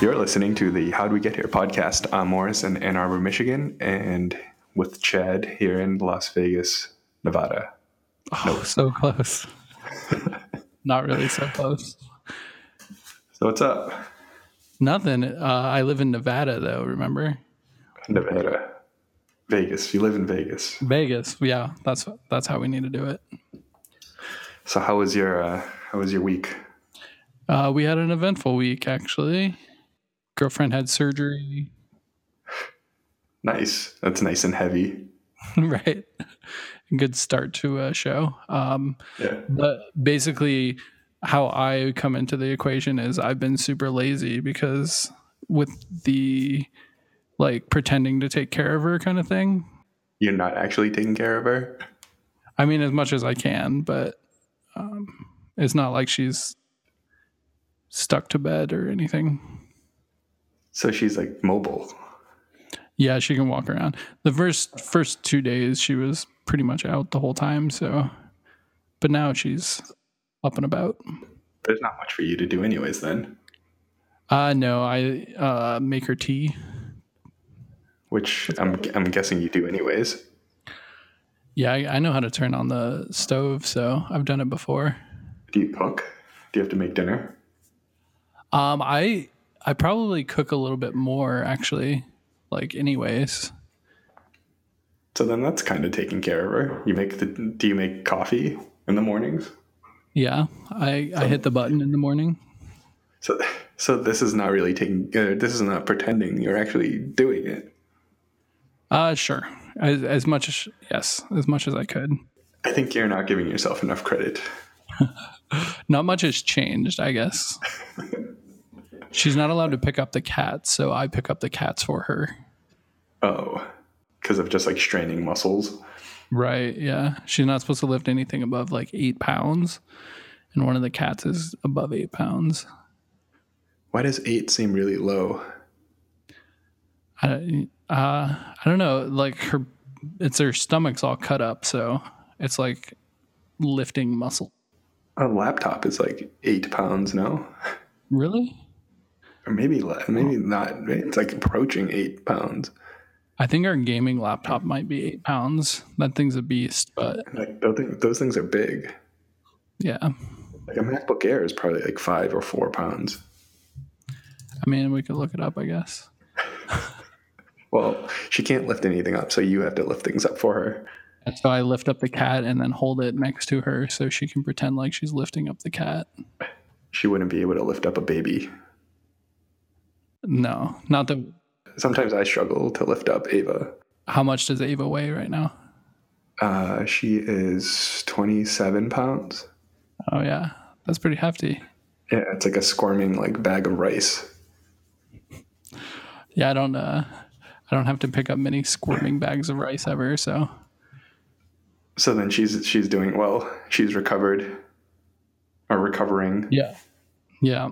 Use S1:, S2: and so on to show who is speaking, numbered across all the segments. S1: You're listening to the How Do We Get Here podcast. I'm Morris in Ann Arbor, Michigan, and with Chad here in Las Vegas, Nevada.
S2: Oh, so close. Not really so close.
S1: So what's up,
S2: Nothing. Uh, I live in Nevada, though. Remember
S1: Nevada? Vegas. You live in Vegas.
S2: Vegas? Yeah, that's that's how we need to do it.
S1: So how was your uh, how was your week?
S2: Uh, we had an eventful week, actually. Girlfriend had surgery.
S1: Nice. That's nice and heavy.
S2: right. Good start to a show. Um,
S1: Yeah.
S2: but basically, how I come into the equation is I've been super lazy because with the like pretending to take care of her kind of thing,
S1: You're not actually taking care of her.
S2: I mean, as much as I can, but um, it's not like she's stuck to bed or anything.
S1: So she's like mobile.
S2: Yeah, she can walk around. The first first two days, she was pretty much out the whole time. So, but now she's up and about.
S1: There's not much for you to do, anyways. Then,
S2: Uh, no, I uh, make her tea.
S1: which I'm I'm guessing you do, anyways.
S2: Yeah, I, I know how to turn on the stove, so I've done it before.
S1: Do you cook? Do you have to make dinner?
S2: Um, I I probably cook a little bit more actually. Like, anyways.
S1: So then that's kind of taking care of her. You make the do you make coffee in the mornings?
S2: Yeah, I, I hit the button in the morning.
S1: So so this is not really taking uh, this is not pretending. You're actually doing it.
S2: Uh, sure. As, as much as yes, as much as I could.
S1: I think you're not giving yourself enough credit.
S2: Not much has changed, I guess. She's not allowed to pick up the cats, so I pick up the cats for her.
S1: Oh, because of just like straining muscles.
S2: Right? Yeah. She's not supposed to lift anything above like eight pounds, and one of the cats is above eight pounds.
S1: Why does eight seem really low?
S2: I uh, I don't know. Like her, it's her stomach's all cut up, so it's like lifting muscle.
S1: A laptop is like eight pounds now,
S2: Really?
S1: or maybe le- maybe not. It's like approaching eight pounds.
S2: I think our gaming laptop might be eight pounds. That thing's a beast, but
S1: Like those things, those things are big.
S2: yeah.
S1: Like a MacBook Air is probably like five or four pounds.
S2: I mean, we could look it up, I guess.
S1: Well, she can't lift anything up, so you have to lift things up for her.
S2: And so I lift up the cat and then hold it next to her so she can pretend like she's lifting up the cat.
S1: She wouldn't be able to lift up a baby.
S2: No, not the.
S1: Sometimes I struggle to lift up Ava.
S2: How much does Ava weigh right now?
S1: Uh, she is 27 pounds.
S2: Oh yeah, that's pretty hefty.
S1: Yeah, it's like a squirming like bag of rice.
S2: Yeah, I don't. Uh, I don't have to pick up many squirming bags of rice ever. So
S1: So then she's she's doing well. She's recovered or recovering.
S2: yeah, yeah.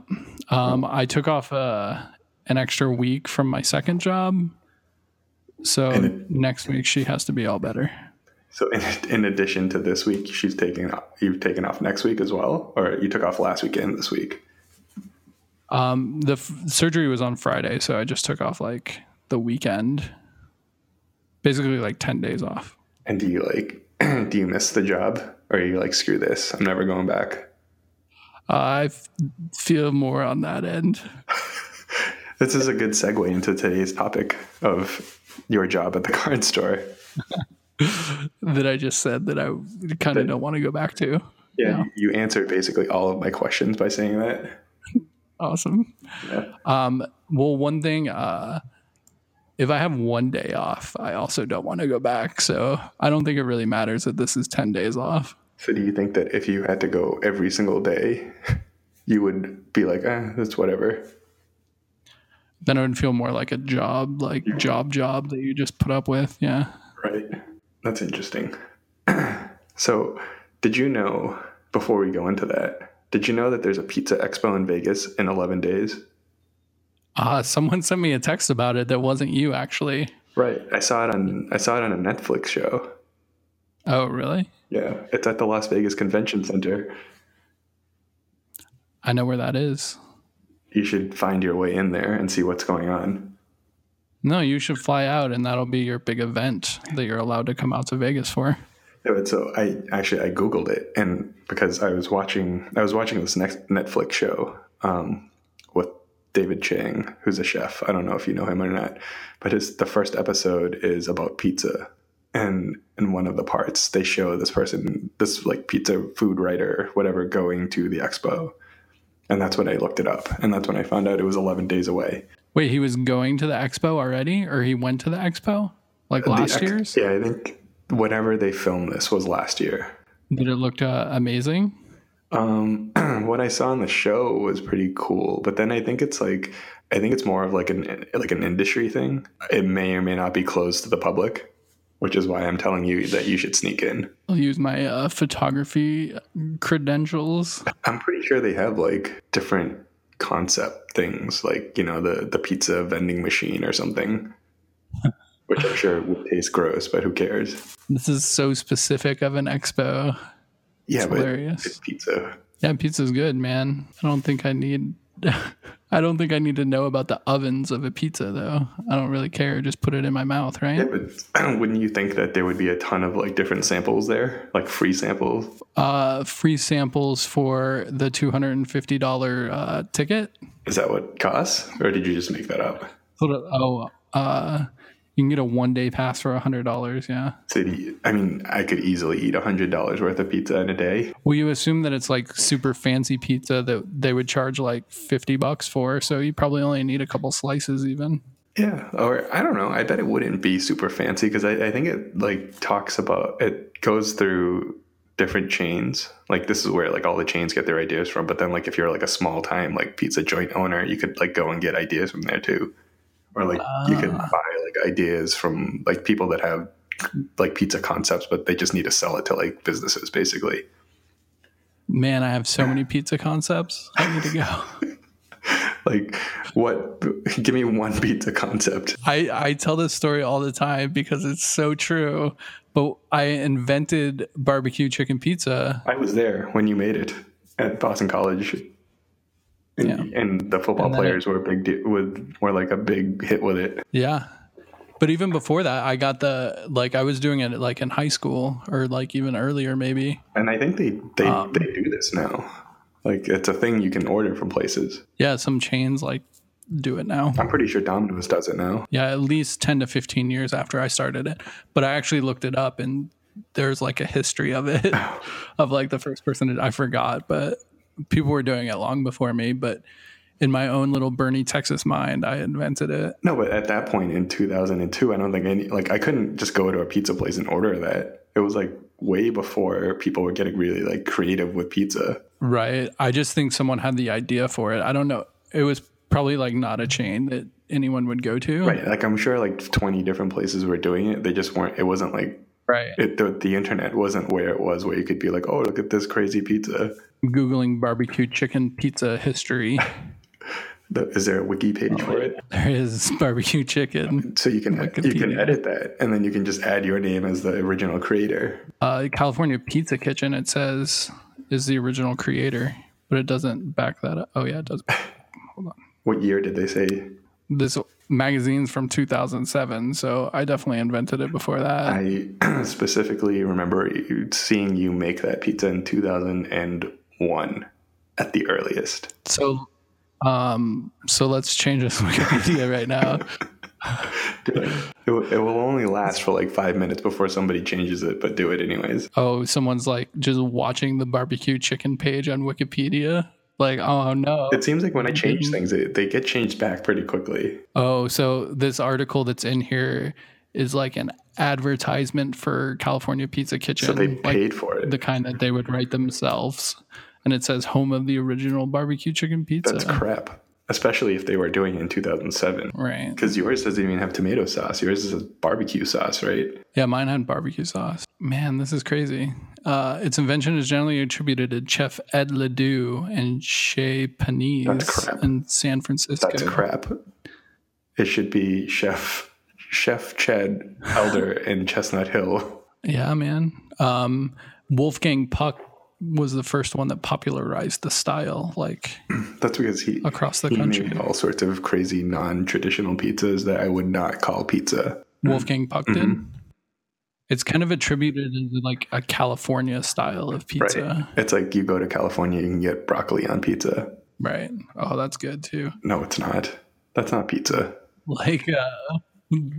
S2: Um, I took off uh, an extra week from my second job, so next week she has to be all better.
S1: So in, in addition to this week, she's taking off, you've taken off next week as well, or you took off last weekend this week.
S2: Um, the f- surgery was on Friday, so I just took off like the weekend, basically like ten days off.
S1: And do you like do you miss the job or are you like screw this? I'm never going back.
S2: I f- feel more on that end.
S1: This is a good segue into today's topic of your job at the card store.
S2: that I just said that I kind of don't want to go back to.
S1: Yeah, you answered basically all of my questions by saying that.
S2: Awesome.
S1: Yeah.
S2: Um, well, one thing, uh, if I have one day off, I also don't want to go back. So I don't think it really matters that this is 10 days off.
S1: So do you think that if you had to go every single day, you would be like, eh, that's whatever.
S2: Then it would feel more like a job, like job, job that you just put up with. Yeah.
S1: Right. That's interesting. so, did you know, before we go into that, did you know that there's a pizza expo in Vegas in 11 days?
S2: Uh, someone sent me a text about it that wasn't you, actually.
S1: Right. I saw it on I saw it on a Netflix show.
S2: Oh, really?
S1: Yeah, it's at the Las Vegas Convention Center.
S2: I know where that is.
S1: you should find your way in there and see what's going on.
S2: No, you should fly out, and that'll be your big event that you're allowed to come out to Vegas for.
S1: But so I actually I googled it, and because I was watching I was watching this next Netflix show um, with David Chang, who's a chef. I don't know if you know him or not, but his the first episode is about pizza, and in one of the parts they show this person, this like pizza food writer, whatever, going to the expo, and that's when I looked it up, and that's when I found out it was 11 days away.
S2: Wait, he was going to the expo already, or he went to the expo like last
S1: The ex-
S2: year's?
S1: yeah, I think whenever they filmed this was last year.
S2: Did it look uh, amazing?
S1: Um, what I saw on the show was pretty cool, but then I think it's like I think it's more of like an like an industry thing. It may or may not be closed to the public, which is why I'm telling you that you should sneak in.
S2: I'll use my uh, photography credentials.
S1: I'm pretty sure they have like different concept things, like you know the the pizza vending machine or something, which I'm sure would taste gross, but who cares?
S2: This is so specific of an expo.
S1: Yeah,
S2: It's
S1: but
S2: hilarious.
S1: it's pizza.
S2: Yeah, pizza's good, man. I don't think I need. I don't think I need to know about the ovens of a pizza, though. I don't really care. Just put it in my mouth,
S1: Yeah,
S2: right?
S1: but wouldn't you think that there would be a ton of like different samples there, like free samples?
S2: Uh, free samples for the two hundred and fifty dollar uh, ticket.
S1: Is that what costs, or did you just make that up?
S2: Sort of- Oh, uh, you can get a one day pass for hundred dollars. Yeah.
S1: So do you- I mean, I could easily eat hundred dollars worth of pizza in a day.
S2: Well, you assume that it's like super fancy pizza that they would charge like fifty bucks for, so you probably only need a couple slices, even.
S1: Yeah, or I don't know. I bet it wouldn't be super fancy because I, I think it like talks about it goes through different chains. Like this is where like all the chains get their ideas from. But then like if you're like a small time like pizza joint owner, you could like go and get ideas from there too, or like you could buy
S2: Ah.
S1: like ideas from like people that have like pizza concepts, but they just need to sell it to like businesses basically.
S2: Man, I have so many pizza concepts. I need to go.
S1: Like what? Give me one pizza concept.
S2: I, I tell this story all the time because it's so true. But I invented barbecue chicken pizza.
S1: I was there when you made it at Boston College. And,
S2: Yeah.
S1: and the football
S2: And then
S1: players were a big de- with were like a big hit with it.
S2: Yeah. But even before that, I got the like I was doing it like in high school or like even earlier maybe.
S1: And I think they they,
S2: Um,
S1: they do this now. Like it's a thing you can order from places.
S2: Yeah, some chains like do it now.
S1: I'm pretty sure Domino's does it now.
S2: Yeah, at least 10 to 15 years after I started it. But I actually looked it up and there's like a history of it of like the first person that I forgot, but people were doing it long before me, but in my own little Bernie Texas mind, I invented it.
S1: No, but at that point in 2002, I don't think any like I couldn't just go to a pizza place and order that. It was like way before people were getting really like creative with pizza.
S2: Right. I just think someone had the idea for it. I don't know. It was probably like not a chain that anyone would go to.
S1: Right? Like I'm sure like 20 different places were doing it. They just weren't. It wasn't like
S2: Right.
S1: it, the, the internet wasn't where it was, where you could be like, oh, look at this crazy pizza.
S2: Googling barbecue chicken pizza history.
S1: The- Is there a wiki page for it?
S2: There is barbecue chicken.
S1: So you can you can
S2: Wikipedia.
S1: edit that, and then you can just add your name as the original creator.
S2: uh, California Pizza Kitchen, it says, is the original creator, but it doesn't back that up. Oh, yeah, it does.
S1: What year did they say?
S2: This magazine's from 2007, so I definitely invented it before that.
S1: I specifically remember you- seeing you make that pizza in 2001 at the earliest.
S2: So, um, so let's change this Wikipedia right now.
S1: Do it. It, will- it will only last for like five minutes before somebody changes it, but do it anyways.
S2: Oh, someone's like just watching the barbecue chicken page on Wikipedia. Like, oh no.
S1: It seems like when I change things, they, they get changed back pretty quickly.
S2: Oh, so this article that's in here is like an advertisement for California Pizza Kitchen.
S1: So they
S2: like,
S1: paid for it.
S2: the kind that they would write themselves. And it says home of the original barbecue chicken pizza.
S1: That's crap, especially if they were doing it in 2007.
S2: Right.
S1: Because yours doesn't even have tomato sauce. Yours is barbecue sauce, right?
S2: Yeah, mine had barbecue sauce. Man, this is crazy. Uh, its invention is generally attributed to Chef Ed Ledoux and Chez
S1: That's
S2: Panisse
S1: crap.
S2: in San Francisco.
S1: That's crap. It should be Chef Chef Chad Elder in Chestnut Hill.
S2: Yeah, man. Um, Wolfgang Puck was the first one that popularized the style, like
S1: That's because he
S2: across the
S1: he
S2: country.
S1: made all sorts of crazy non-traditional pizzas that I would not call pizza.
S2: Wolfgang Puck did.
S1: Mm-hmm.
S2: It's kind of attributed as like a California style of pizza,
S1: It's like you go to California, you can get broccoli on pizza.
S2: right? Oh, that's good too.
S1: No, it's not. That's not pizza.
S2: Like uh,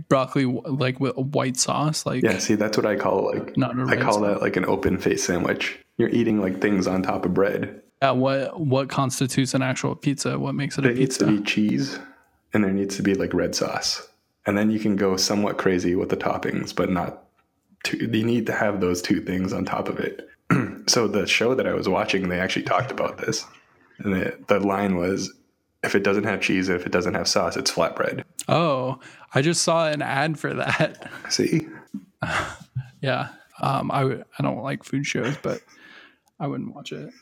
S2: broccoli, like with white sauce, like
S1: Yeah, see, that's what I call like
S2: not a
S1: I
S2: red
S1: call
S2: sauce.
S1: that like an open face sandwich. You're eating like things on top of bread.
S2: Yeah, what what constitutes an actual pizza? What makes it a
S1: There needs to
S2: pizza?
S1: be cheese, and there needs to be like red sauce, and then you can go somewhat crazy with the toppings, but not. Too, you need to have those two things on top of it. so the show that I was watching, they actually talked about this, and the, the line was, "If it doesn't have cheese, if it doesn't have sauce, it's flatbread."
S2: Oh, I just saw an ad for that.
S1: See,
S2: Yeah. Um, I w- I don't like food shows, but I wouldn't watch it.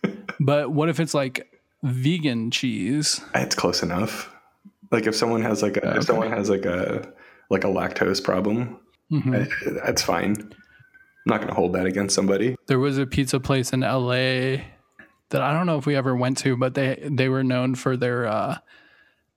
S2: But what if it's like vegan cheese?
S1: it's close enough. Like if someone has like a if someone has like a like a lactose problem,
S2: Mhm.
S1: I- that's fine. I'm not going to hold that against somebody.
S2: There was a pizza place in LA that I don't know if we ever went to, but they they were known for their uh,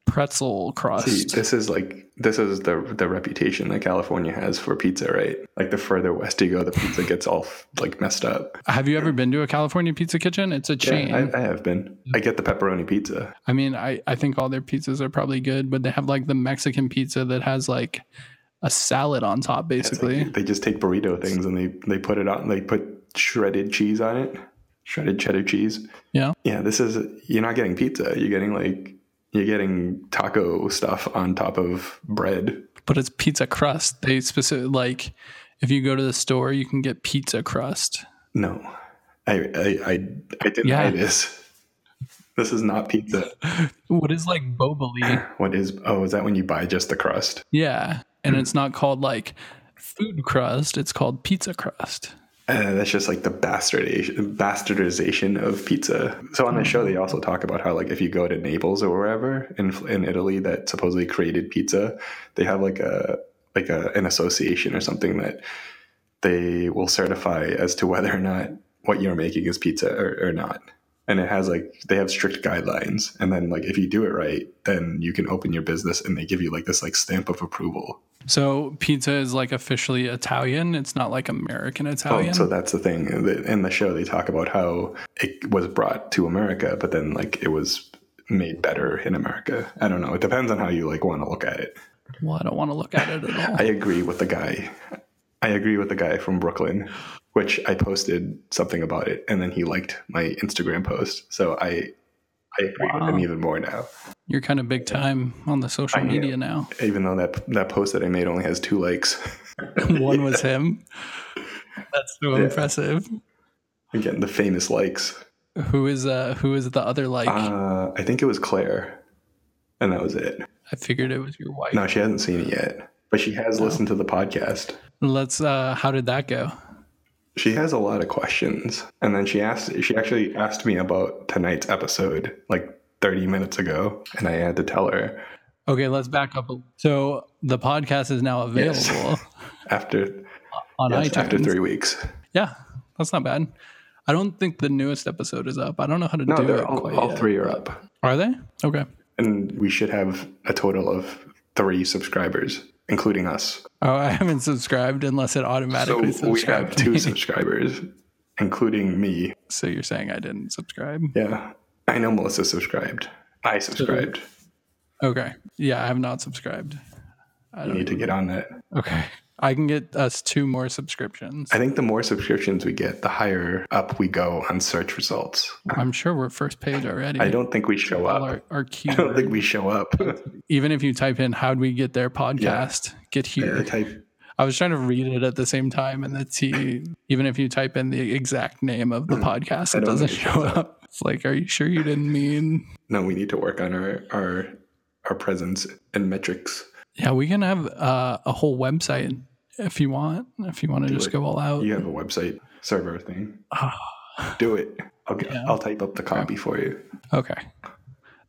S2: pretzel crust.
S1: See, this is like this is the the reputation that California has for pizza, right? Like the further west you go, the pizza gets all like messed up.
S2: Have you ever been to a California pizza kitchen? It's a chain.
S1: Yeah, I, I have been. I get the pepperoni pizza.
S2: I mean, I, I think all their pizzas are probably good, but they have like the Mexican pizza that has like a salad on top,
S1: It's like
S2: basically.
S1: they just take burrito things and they they put it on. They put shredded cheese on it, shredded cheddar cheese.
S2: Yeah.
S1: yeah. This is you're not getting pizza. You're getting like you're getting taco stuff on top of bread.
S2: but it's pizza crust. They specific like if you go to the store, you can get pizza crust.
S1: No, I I I, I deny
S2: Yeah.
S1: this. This is not pizza.
S2: What is like boboli?
S1: What is? Oh, is that when you buy just the crust?
S2: yeah, and it's
S1: Hmm.
S2: not called like food crust. It's called pizza crust.
S1: Uh, that's just like the bastardization, bastardization of pizza. So on the show, they also talk about how like if you go to Naples or wherever in in Italy that supposedly created pizza, they have like a like a, an association or something that they will certify as to whether or not what you're making is pizza or, or not. And it has like they have strict guidelines, and then like if you do it right, then you can open your business, and they give you like this like stamp of approval.
S2: So pizza is like officially Italian. It's not like American Italian.
S1: Oh, so that's the thing. In the show, they talk about how it was brought to America, but then like it was made better in America. I don't know. It depends on how you like want to look at it.
S2: well, I don't want to look at it at all.
S1: I agree with the guy. I agree with the guy from Brooklyn, which I posted something about it, and then he liked my Instagram post. So I, I agree with him even more now.
S2: You're kind of big time on the social media now.
S1: Even though that that post that I made only has two likes.
S2: One was him. That's so impressive.
S1: Again, the famous likes.
S2: Who is uh who is the other like?
S1: Uh, I think it was Claire, and that was it.
S2: I figured it was your wife.
S1: No, she hasn't seen it yet, but she has listened to the podcast.
S2: Let's uh how did that go?
S1: She has a lot of questions, and then she asked. She actually asked me about tonight's episode like 30 minutes ago, and I had to tell her
S2: Okay, let's back up. a- So the podcast is now available
S1: Yes. after
S2: on
S1: yes,
S2: iTunes.
S1: after three weeks.
S2: Yeah, that's not bad. I don't think the newest episode is up. I don't know how to
S1: No,
S2: do
S1: they're
S2: it
S1: all,
S2: quite
S1: all
S2: yet.
S1: three are up,
S2: Are they? Okay.
S1: and we should have a total of three subscribers, including us.
S2: Oh, I haven't subscribed unless it
S1: So
S2: automatically
S1: we have
S2: subscribed. to
S1: two
S2: me.
S1: subscribers, including me.
S2: So you're saying I didn't subscribe?
S1: Yeah, I know Melissa subscribed. I subscribed.
S2: Okay. Yeah, I have not subscribed.
S1: I need to get on that.
S2: Okay. I can get us two more subscriptions.
S1: I think the more subscriptions we get, the higher up we go on search results.
S2: I'm sure we're first page already.
S1: I don't think we show
S2: All
S1: up.
S2: our, our
S1: I don't
S2: keyword.
S1: think we show up.
S2: Even if you type in how'd we get there podcast, get here.
S1: I type
S2: I was trying to read it at the same time, and the T. Even if you type in the exact name of the podcast, it
S1: Hmm. don't
S2: doesn't
S1: think it
S2: show up. It's like, are you sure you didn't mean?
S1: no. We need to work on our our our presence and metrics.
S2: Yeah, we can have uh, a whole website if you want. If you want to just
S1: it.
S2: go all out,
S1: You have a website server thing. Do it. I'll get, I'll type up the copy for you.
S2: okay.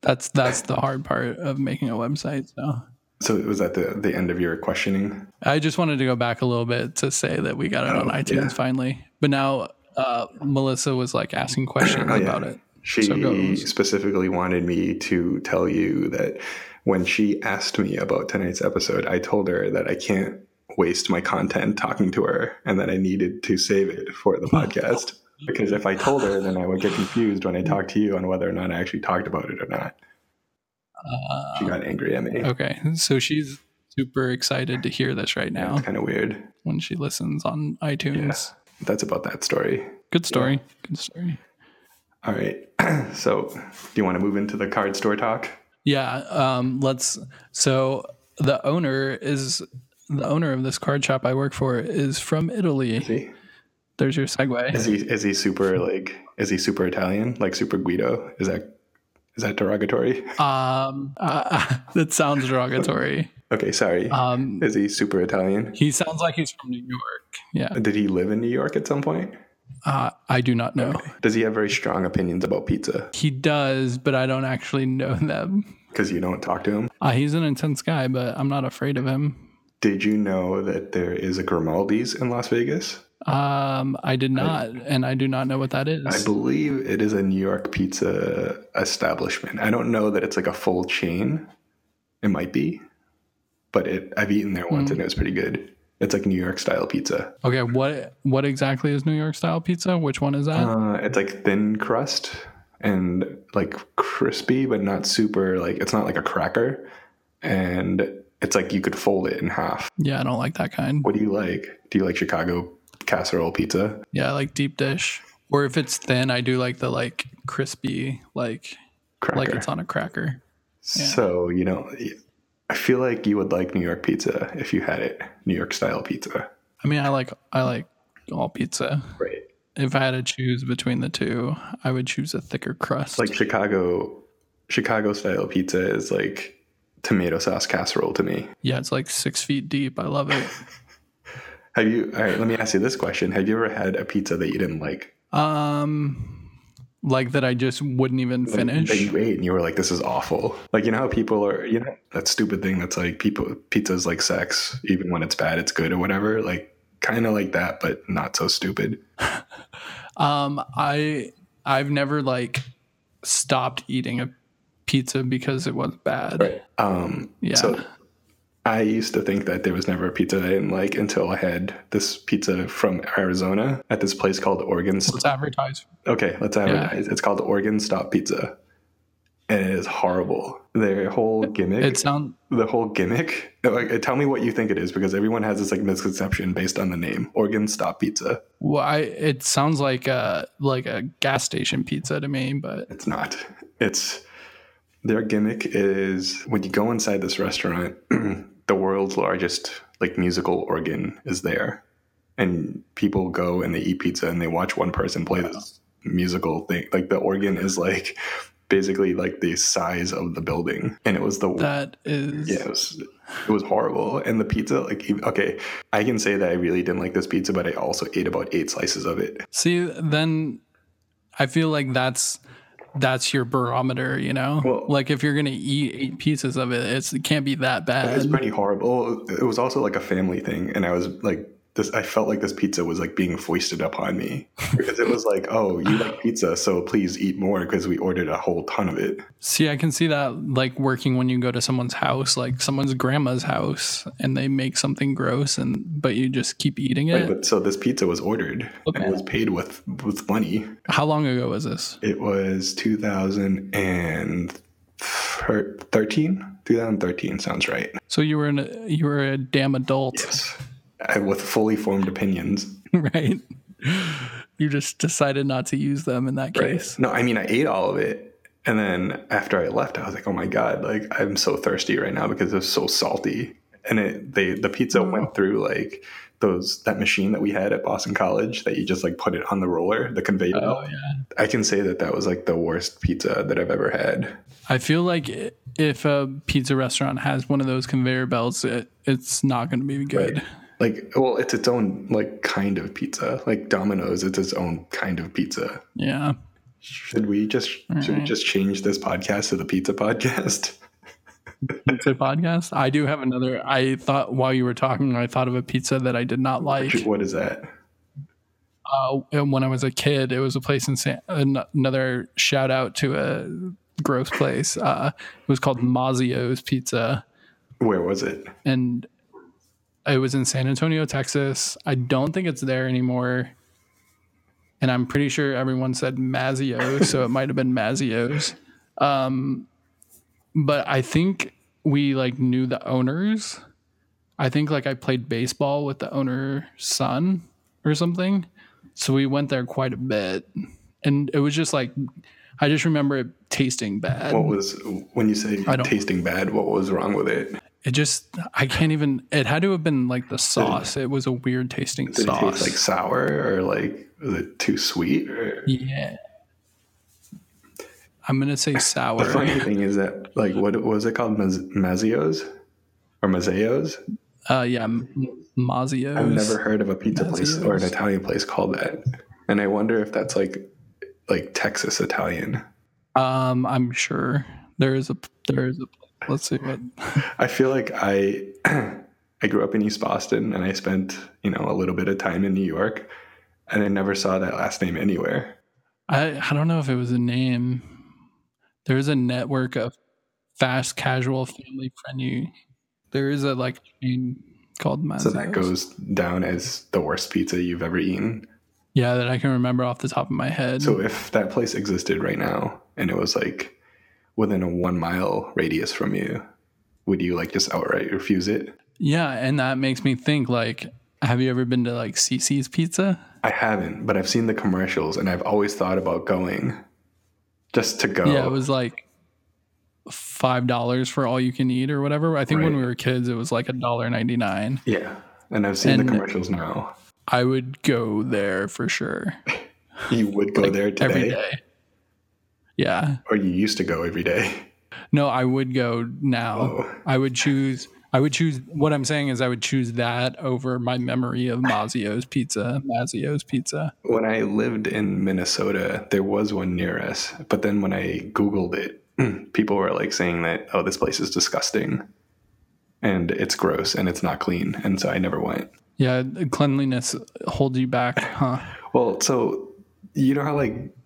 S2: That's that's the hard part of making a website. So
S1: So was that the the end of your questioning? Oh,
S2: I just wanted to go back a little bit to say that we got it on iTunes finally, but now uh, Melissa was like asking questions
S1: Oh, yeah.
S2: about it.
S1: She
S2: So go, Melissa.
S1: specifically wanted me to tell you that when she asked me about tonight's episode, I told her that I can't waste my content talking to her and that I needed to save it for the podcast. because if I told her, then I would get confused when I talked to you on whether or not I actually talked about it or not. She
S2: Uh,
S1: got angry at me.
S2: okay, so she's super excited to hear this right now
S1: It's kind of weird.
S2: when she listens on iTunes.
S1: That's about that story.
S2: Good story. Good story.
S1: All right. so, do you want to move into the card store talk?
S2: Yeah. Um, let's. So the owner is the owner of this card shop I work for is from Italy.
S1: See,
S2: There's your segue.
S1: is he is he super like is he super Italian like super Guido? Is that is that derogatory?
S2: Um, uh, that sounds derogatory.
S1: Okay, sorry.
S2: Um,
S1: is he super Italian?
S2: he sounds like he's from New York. Yeah.
S1: Did he live in New York at some point?
S2: Uh, I do not know.
S1: Does he have very strong opinions about pizza?
S2: He does, but I don't actually know them.
S1: Because you don't talk to him.
S2: Uh, he's an intense guy, but I'm not afraid of him.
S1: Did you know that there is a Grimaldi's in Las Vegas?
S2: Um, I did not, and I do not know what that is.
S1: I believe it is a New York pizza establishment. I don't know that it's like a full chain. It might be, but it I've eaten there once and it was pretty good. It's like New York style pizza.
S2: okay, what what exactly is New York style pizza? Which one is that?
S1: Uh, it's like thin crust and like crispy, but not super like it's not like a cracker. And it's like you could fold it in half.
S2: yeah, I don't like that kind.
S1: What do you like? Do you like Chicago casserole pizza?
S2: Yeah, I like deep dish. Or if it's thin, I do like the like crispy, like
S1: Cracker.
S2: like it's on a cracker.
S1: So, you know, I feel like you would like New York pizza if you had it, New York style pizza.
S2: I mean, I like I like all pizza.
S1: Right.
S2: If I had to choose between the two, I would choose a thicker crust.
S1: Like Chicago, Chicago style pizza is like tomato sauce casserole to me.
S2: yeah, it's like six feet deep. I love it.
S1: Have you, all right, let me ask you this question. Have you ever had a pizza that you didn't like?
S2: Um, like that, I just wouldn't even finish.
S1: That you ate and you were like, this is awful. Like, you know how people are, you know, that stupid thing that's like people, pizza's like sex. Even when it's bad, it's good or whatever. Like, kind of like that, but not so stupid.
S2: Um, I I've never like stopped eating a pizza because it was bad.
S1: Um,
S2: Yeah.
S1: So I used to think that there was never a pizza I didn't like until I had this pizza from Arizona at this place called Oregon. St-
S2: Let's advertise.
S1: okay, let's advertise. It's called Oregon Stop Pizza, and it is horrible. Their whole gimmick.
S2: It sound
S1: the whole gimmick. Like, tell me what you think it is because everyone has this like misconception based on the name Oregon Stop Pizza.
S2: well, I, it sounds like a like a gas station pizza to me, but
S1: It's not. It's their gimmick is when you go inside this restaurant, the world's largest like musical organ is there, and people go and they eat pizza and they watch one person play this musical thing. Like the organ is like basically like the size of the building, and it was the
S2: that is
S1: yeah, it was, it was horrible. And the pizza, like, even- okay, I can say that I really didn't like this pizza, but I also ate about eight slices of it.
S2: see then I feel like that's that's your barometer, you know?
S1: Well-
S2: like if you're gonna eat eight pieces of it, it's it can't be that
S1: It's
S2: bad.
S1: pretty horrible. It was also like a family thing, and I was like, this. I felt like this pizza was like being foisted upon me because it was like, oh, you like pizza, so please eat more because we ordered a whole ton of it.
S2: See, I can see that like working when you go to someone's house, like someone's grandma's house, and they make something gross, and but you just keep eating it.
S1: Right, but so this pizza was ordered and it was paid with with money.
S2: How long ago was this?
S1: It was 2013. 2013 sounds right.
S2: So you were an you were a damn adult,
S1: I- With fully formed opinions.
S2: right? You just decided not to use them in that case.
S1: No, I mean I ate all of it. And then after I left, I was like, "Oh my god! Like I'm so thirsty right now because it's so salty." And it, they the pizza went through like those that machine that we had at Boston College that you just like put it on the roller, the conveyor.
S2: Oh yeah.
S1: I can say that that was like the worst pizza that I've ever had.
S2: I feel like i- if a pizza restaurant has one of those conveyor belts, it, it's not going to be good.
S1: Like, well, it's its own like kind of pizza. Like Domino's, it's its own kind of pizza.
S2: Yeah.
S1: Should we just should we just change this podcast to the pizza podcast?
S2: Pizza podcast. I do have another. I thought while you were talking, I thought of a pizza that I did not like.
S1: What is that?
S2: Uh, and when I was a kid, it was a place in San, an- another shout out to a gross place. Uh, it was called Mazio's Pizza,
S1: Where was it?
S2: and it was in San Antonio, Texas. I don't think it's there anymore. And I'm pretty sure everyone said Mazio, so it might have been Mazio's. Um, but I think we like knew the owners. I think like I played baseball with the owner's son or something. So we went there quite a bit. And it was just like I just remember it tasting bad.
S1: What was when you say
S2: Mm. don't-
S1: tasting bad? What was wrong with it?
S2: It just I can't even it had to have been like the sauce. It was a weird tasting
S1: Did it taste
S2: sauce.
S1: like sour or like was it too sweet? Or...
S2: yeah. I'm gonna say sour.
S1: The funny thing is that like what, what was it called? Maz- Mazio's or Mazio's?
S2: Uh yeah, M- Mazio's.
S1: I've never heard of a pizza place or an
S2: Mazio's.
S1: Italian place called that. And I wonder if that's like like Texas Italian.
S2: um I'm sure there is a there is a let's see what
S1: I feel like I I grew up in East Boston and I spent, you know, a little bit of time in New York and I never saw that last name anywhere.
S2: I I don't know if it was a name. There is a network of fast casual family friendly. There is a like chain called Mazio's.
S1: So that goes down as the worst pizza you've ever eaten.
S2: Yeah, that I can remember off the top of my head.
S1: So if that place existed right now and it was like within a 1 mile radius from you, would you like just outright refuse it?
S2: yeah, and that makes me think like have you ever been to like CC's Pizza?
S1: I haven't, but I've seen the commercials and I've always thought about going just to go.
S2: Yeah, it was like five dollars for all you can eat or whatever. I think when
S1: Right.
S2: we were kids it was like a dollar ninety nine.
S1: Yeah. And I've seen
S2: And-
S1: the commercials now.
S2: I would go there for sure.
S1: You would go there today
S2: Every day. Yeah.
S1: or you used to go every day.
S2: No, I would go now.
S1: Oh.
S2: I would choose. I would choose. What I'm saying is, I would choose that over my memory of Mazio's pizza. Mazio's pizza.
S1: When I lived in Minnesota, there was one near us, but then when I googled it, people were like saying that oh this place is disgusting and it's gross and it's not clean, and so I never went.
S2: Yeah, cleanliness holds you back, huh?
S1: Well, so you know how like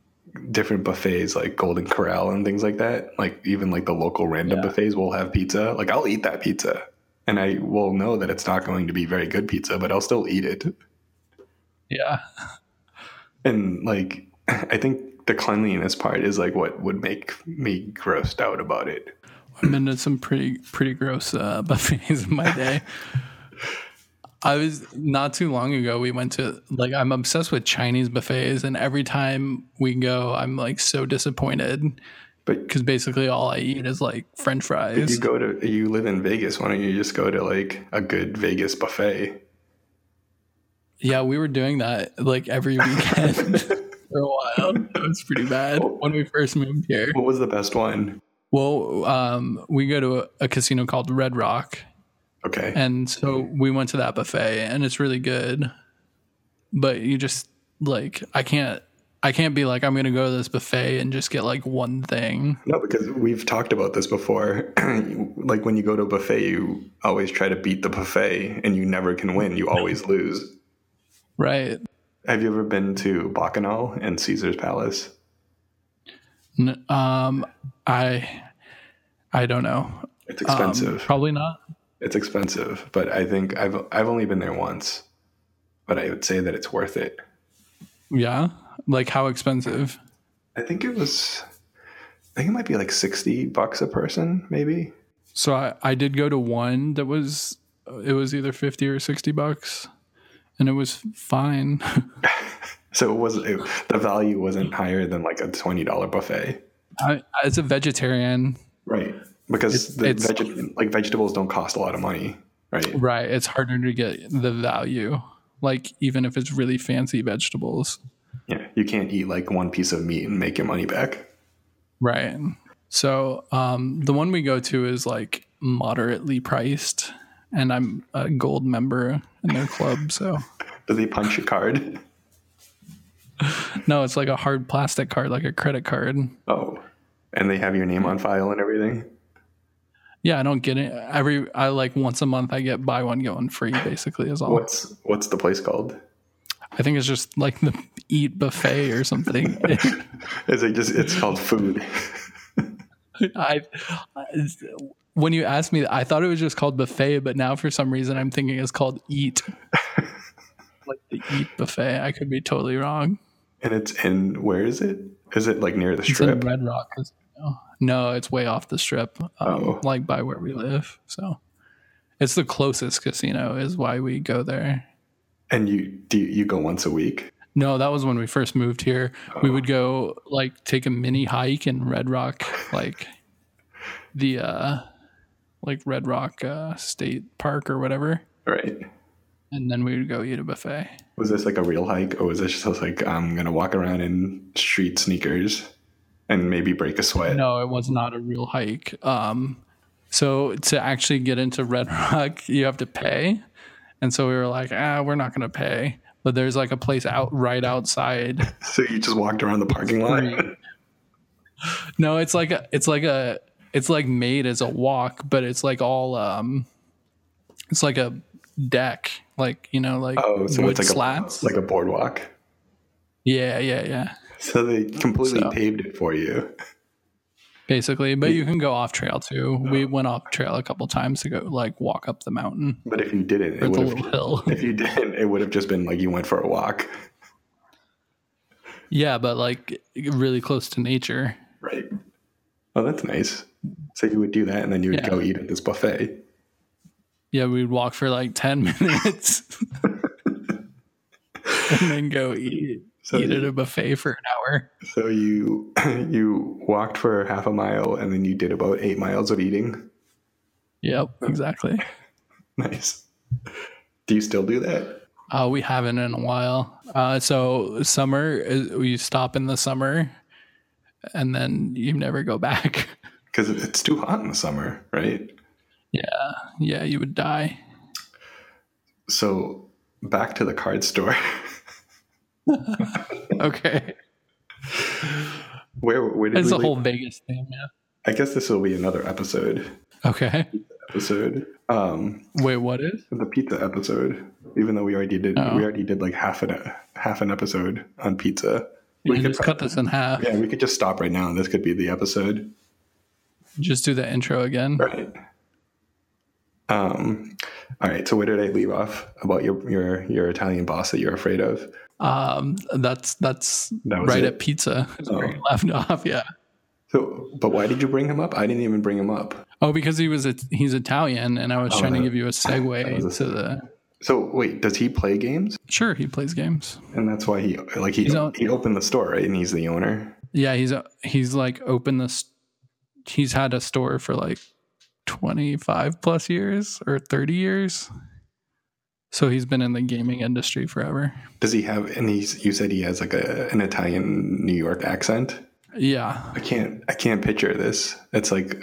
S1: different buffets like Golden Corral and things like that, like even like the local random
S2: Yeah.
S1: buffets will have pizza. Like I'll eat that pizza and I will know that it's not going to be very good pizza, but I'll still eat it.
S2: Yeah,
S1: And like, I think the cleanliness part is like what would make me grossed out about it.
S2: I've been to some pretty pretty gross uh, buffets in my day. I was not too long ago. We went to like I'm obsessed with Chinese buffets, and every time we go, I'm like so disappointed
S1: But
S2: because basically all I eat is like French fries.
S1: you go to, you live in Vegas. Why don't you just go to like a good Vegas buffet?
S2: Yeah, we were doing that like every weekend for a while. It was pretty bad when we first moved here.
S1: What was the best one?
S2: Well, um, we go to a, a casino called Red Rock,
S1: Okay.
S2: and so we went to that buffet, and it's really good. But you just like I can't, I can't be like I'm gonna go to this buffet and just get like one thing.
S1: No, because we've talked about this before. like when you go to a buffet, you always try to beat the buffet and you never can win. You always lose.
S2: Right?
S1: Have you ever been to Bacchanal and Caesar's Palace?
S2: N- um, I, I don't know.
S1: It's
S2: Um,
S1: expensive.
S2: probably not.
S1: It's expensive, but I think I've I've only been there once, but I would say that it's worth it.
S2: Yeah. Like how expensive?
S1: I think it was I think it might be like 60 bucks a person, maybe.
S2: So I, I did go to one that was it was either 50 or 60 bucks and it was fine.
S1: So it was it, the value wasn't higher than like a $20 buffet.
S2: I, as a vegetarian,
S1: Right. Because the
S2: it's-
S1: veg, like vegetables don't cost a lot of money, right?
S2: right, it's harder to get the value like even if it's really fancy vegetables.
S1: Yeah, you can't eat like one piece of meat and make your money back.
S2: Right. So um, the one we go to is like moderately priced, and I'm a gold member in their club. So
S1: Do they punch your card?
S2: no, it's like a hard plastic card, like a credit card.
S1: Oh, and they have your name on file and everything.
S2: Yeah, I don't get it. Every I like once a month I get buy one get one free. Basically, is all.
S1: What's what's the place called?
S2: I think it's just like the eat buffet or something.
S1: It's like just it's called food.
S2: I, when you asked me, I thought it was just called buffet, but now for some reason I'm thinking it's called eat, like the eat buffet. I could be totally wrong.
S1: And it's in where is it? Is it like near the
S2: It's in
S1: strip?
S2: Red Rock. Casino. No, it's way off the strip, um,
S1: Oh.
S2: like by where we live. So it's the closest casino, is why we go there.
S1: And you do you, you go once a week?
S2: No, that was when we first moved here. We
S1: Oh.
S2: would go like take a mini hike in Red Rock, like the uh like Red Rock uh State Park or whatever,
S1: Right.
S2: and then we would go eat a buffet.
S1: Was this like a real hike, or was this just like I'm gonna walk around in street sneakers and maybe break a sweat?
S2: No, it was not a real hike. Um so to actually get into Red Rock, you have to pay. And so we were like, "Ah, we're not going to pay." But there's like a place out right outside
S1: So you just walked around the parking lot.
S2: Right. No, it's like a, it's like a it's like made as a walk, but it's like all um it's like a deck, like you know, like
S1: Oh, so
S2: wood
S1: it's like
S2: slats.
S1: a like a boardwalk.
S2: yeah, yeah, yeah.
S1: So they completely
S2: So-
S1: paved it for you.
S2: Basically, but you can go off trail too.
S1: Oh.
S2: We went off trail a couple times to go like walk up the mountain
S1: But if you didn't,
S2: or
S1: it would
S2: the little
S1: have.
S2: hill.
S1: If you didn't, it would have just been like you went for a walk.
S2: yeah, but like really close to nature.
S1: Right. Oh, that's nice. So you would do that, and then you would
S2: Yeah.
S1: go eat at this buffet.
S2: Yeah, we'd walk for like ten minutes and then go eat
S1: So
S2: eat
S1: you-
S2: at a buffet for an hour.
S1: So you you walked for half a mile, and then you did about eight miles of eating.
S2: Yep, exactly.
S1: Nice. Do you still do that?
S2: Uh, we haven't in a while. Uh, so summer, uh, you stop in the summer, and then you never go back.
S1: Because it's too hot in the summer, right?
S2: yeah, you would die.
S1: So back to the card store.
S2: Okay,
S1: Where where did
S2: it's
S1: we
S2: a
S1: leave-
S2: whole Vegas thing. Yeah.
S1: I guess this will be another episode.
S2: Okay.
S1: Episode. Um,
S2: Wait, what is?
S1: the pizza episode. Even though we already did,
S2: Oh.
S1: we already did like half an half an episode on pizza.
S2: We
S1: could
S2: just cut this in half.
S1: Yeah, we could just stop right now, and this could be the episode.
S2: Just do the intro again.
S1: Right. Um. All right. So where did I leave off about your your your Italian boss that you're afraid of?
S2: Um, that's that's
S1: That was
S2: right
S1: it?
S2: at pizza. is where
S1: Oh.
S2: you left off. Yeah.
S1: So, but why did you bring him up? I didn't even bring him up.
S2: Oh, because he was a, he's Italian, and I was
S1: Oh,
S2: trying
S1: that-
S2: to give you a
S1: was a
S2: segue to the.
S1: So wait, does he play games?
S2: Sure, he plays games.
S1: And that's why he like he
S2: He's on-
S1: he opened the store, right? And he's the owner.
S2: Yeah, he's he's like opened this. He's had a store for like twenty five plus years or thirty years. So he's been in the gaming industry forever.
S1: Does he have? And he's you said he has like a an Italian New York accent.
S2: Yeah,
S1: I can't I can't picture this. It's like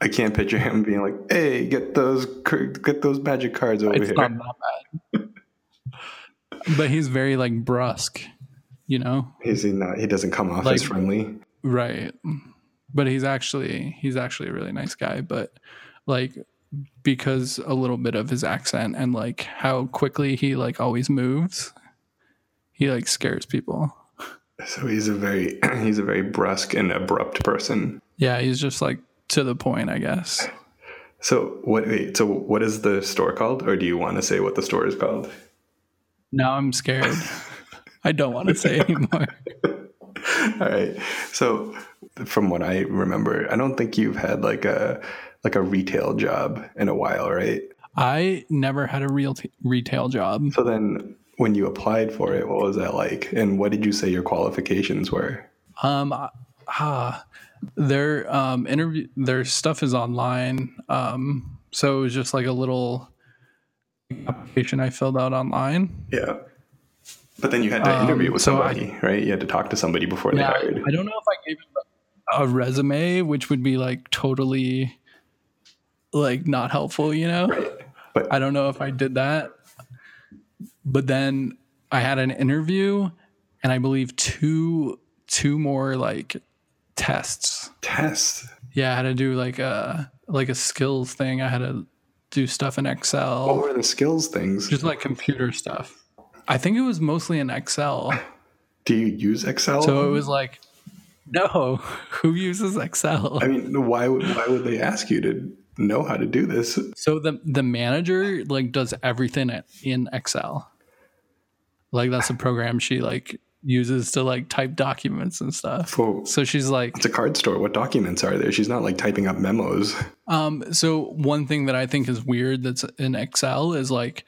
S1: I can't picture him being like, "Hey, get those cur- get those magic cards over
S2: it's
S1: here."
S2: not that bad. but he's very like brusque, you know.
S1: Is he not? He doesn't come off as
S2: Like-
S1: friendly.
S2: Right. But he's actually he's actually a really nice guy, but like because a little bit of his accent and like how quickly he like always moves, he like scares people.
S1: So he's a very he's a very brusque and abrupt person.
S2: Yeah, he's just like to the point, I guess.
S1: So what? Wait, so what is the store called? Or do you want to say what the store is called?
S2: Now I'm scared. I don't want to say anymore.
S1: All right. So from what I remember, I don't think you've had like a like a retail job in a while, right?
S2: I never had a real t- retail job.
S1: So then when you applied for it, what was that like? And what did you say your qualifications were?
S2: Um, I- ah, their um interview, their stuff is online. Um, so it was just like a little application I filled out online.
S1: Yeah. But then you had to
S2: Um,
S1: interview with
S2: so I-
S1: somebody, right? You had to talk to somebody before
S2: Yeah,
S1: they
S2: I
S1: hired.
S2: I don't know if I gave a resume, which would be like totally like not helpful, you know.
S1: But
S2: I don't know if I did that. But then I had an interview and I believe two two more like tests.
S1: tests.
S2: Yeah, I had to do like a like a skills thing. I had to do stuff in
S1: What
S2: Excel.
S1: were the skills things?
S2: Just like computer stuff. I think it was mostly in Excel.
S1: Do you use Excel?
S2: So it was like, no, who uses Excel?
S1: I mean, why would why would they ask you to know how to do this?
S2: So the the manager like does everything in Excel. Like that's a program she like uses to like type documents and stuff.
S1: Whoa.
S2: So she's like
S1: It's a card store. What documents are there? She's not like typing up memos.
S2: Um, so one thing that I think is weird that's in Excel is like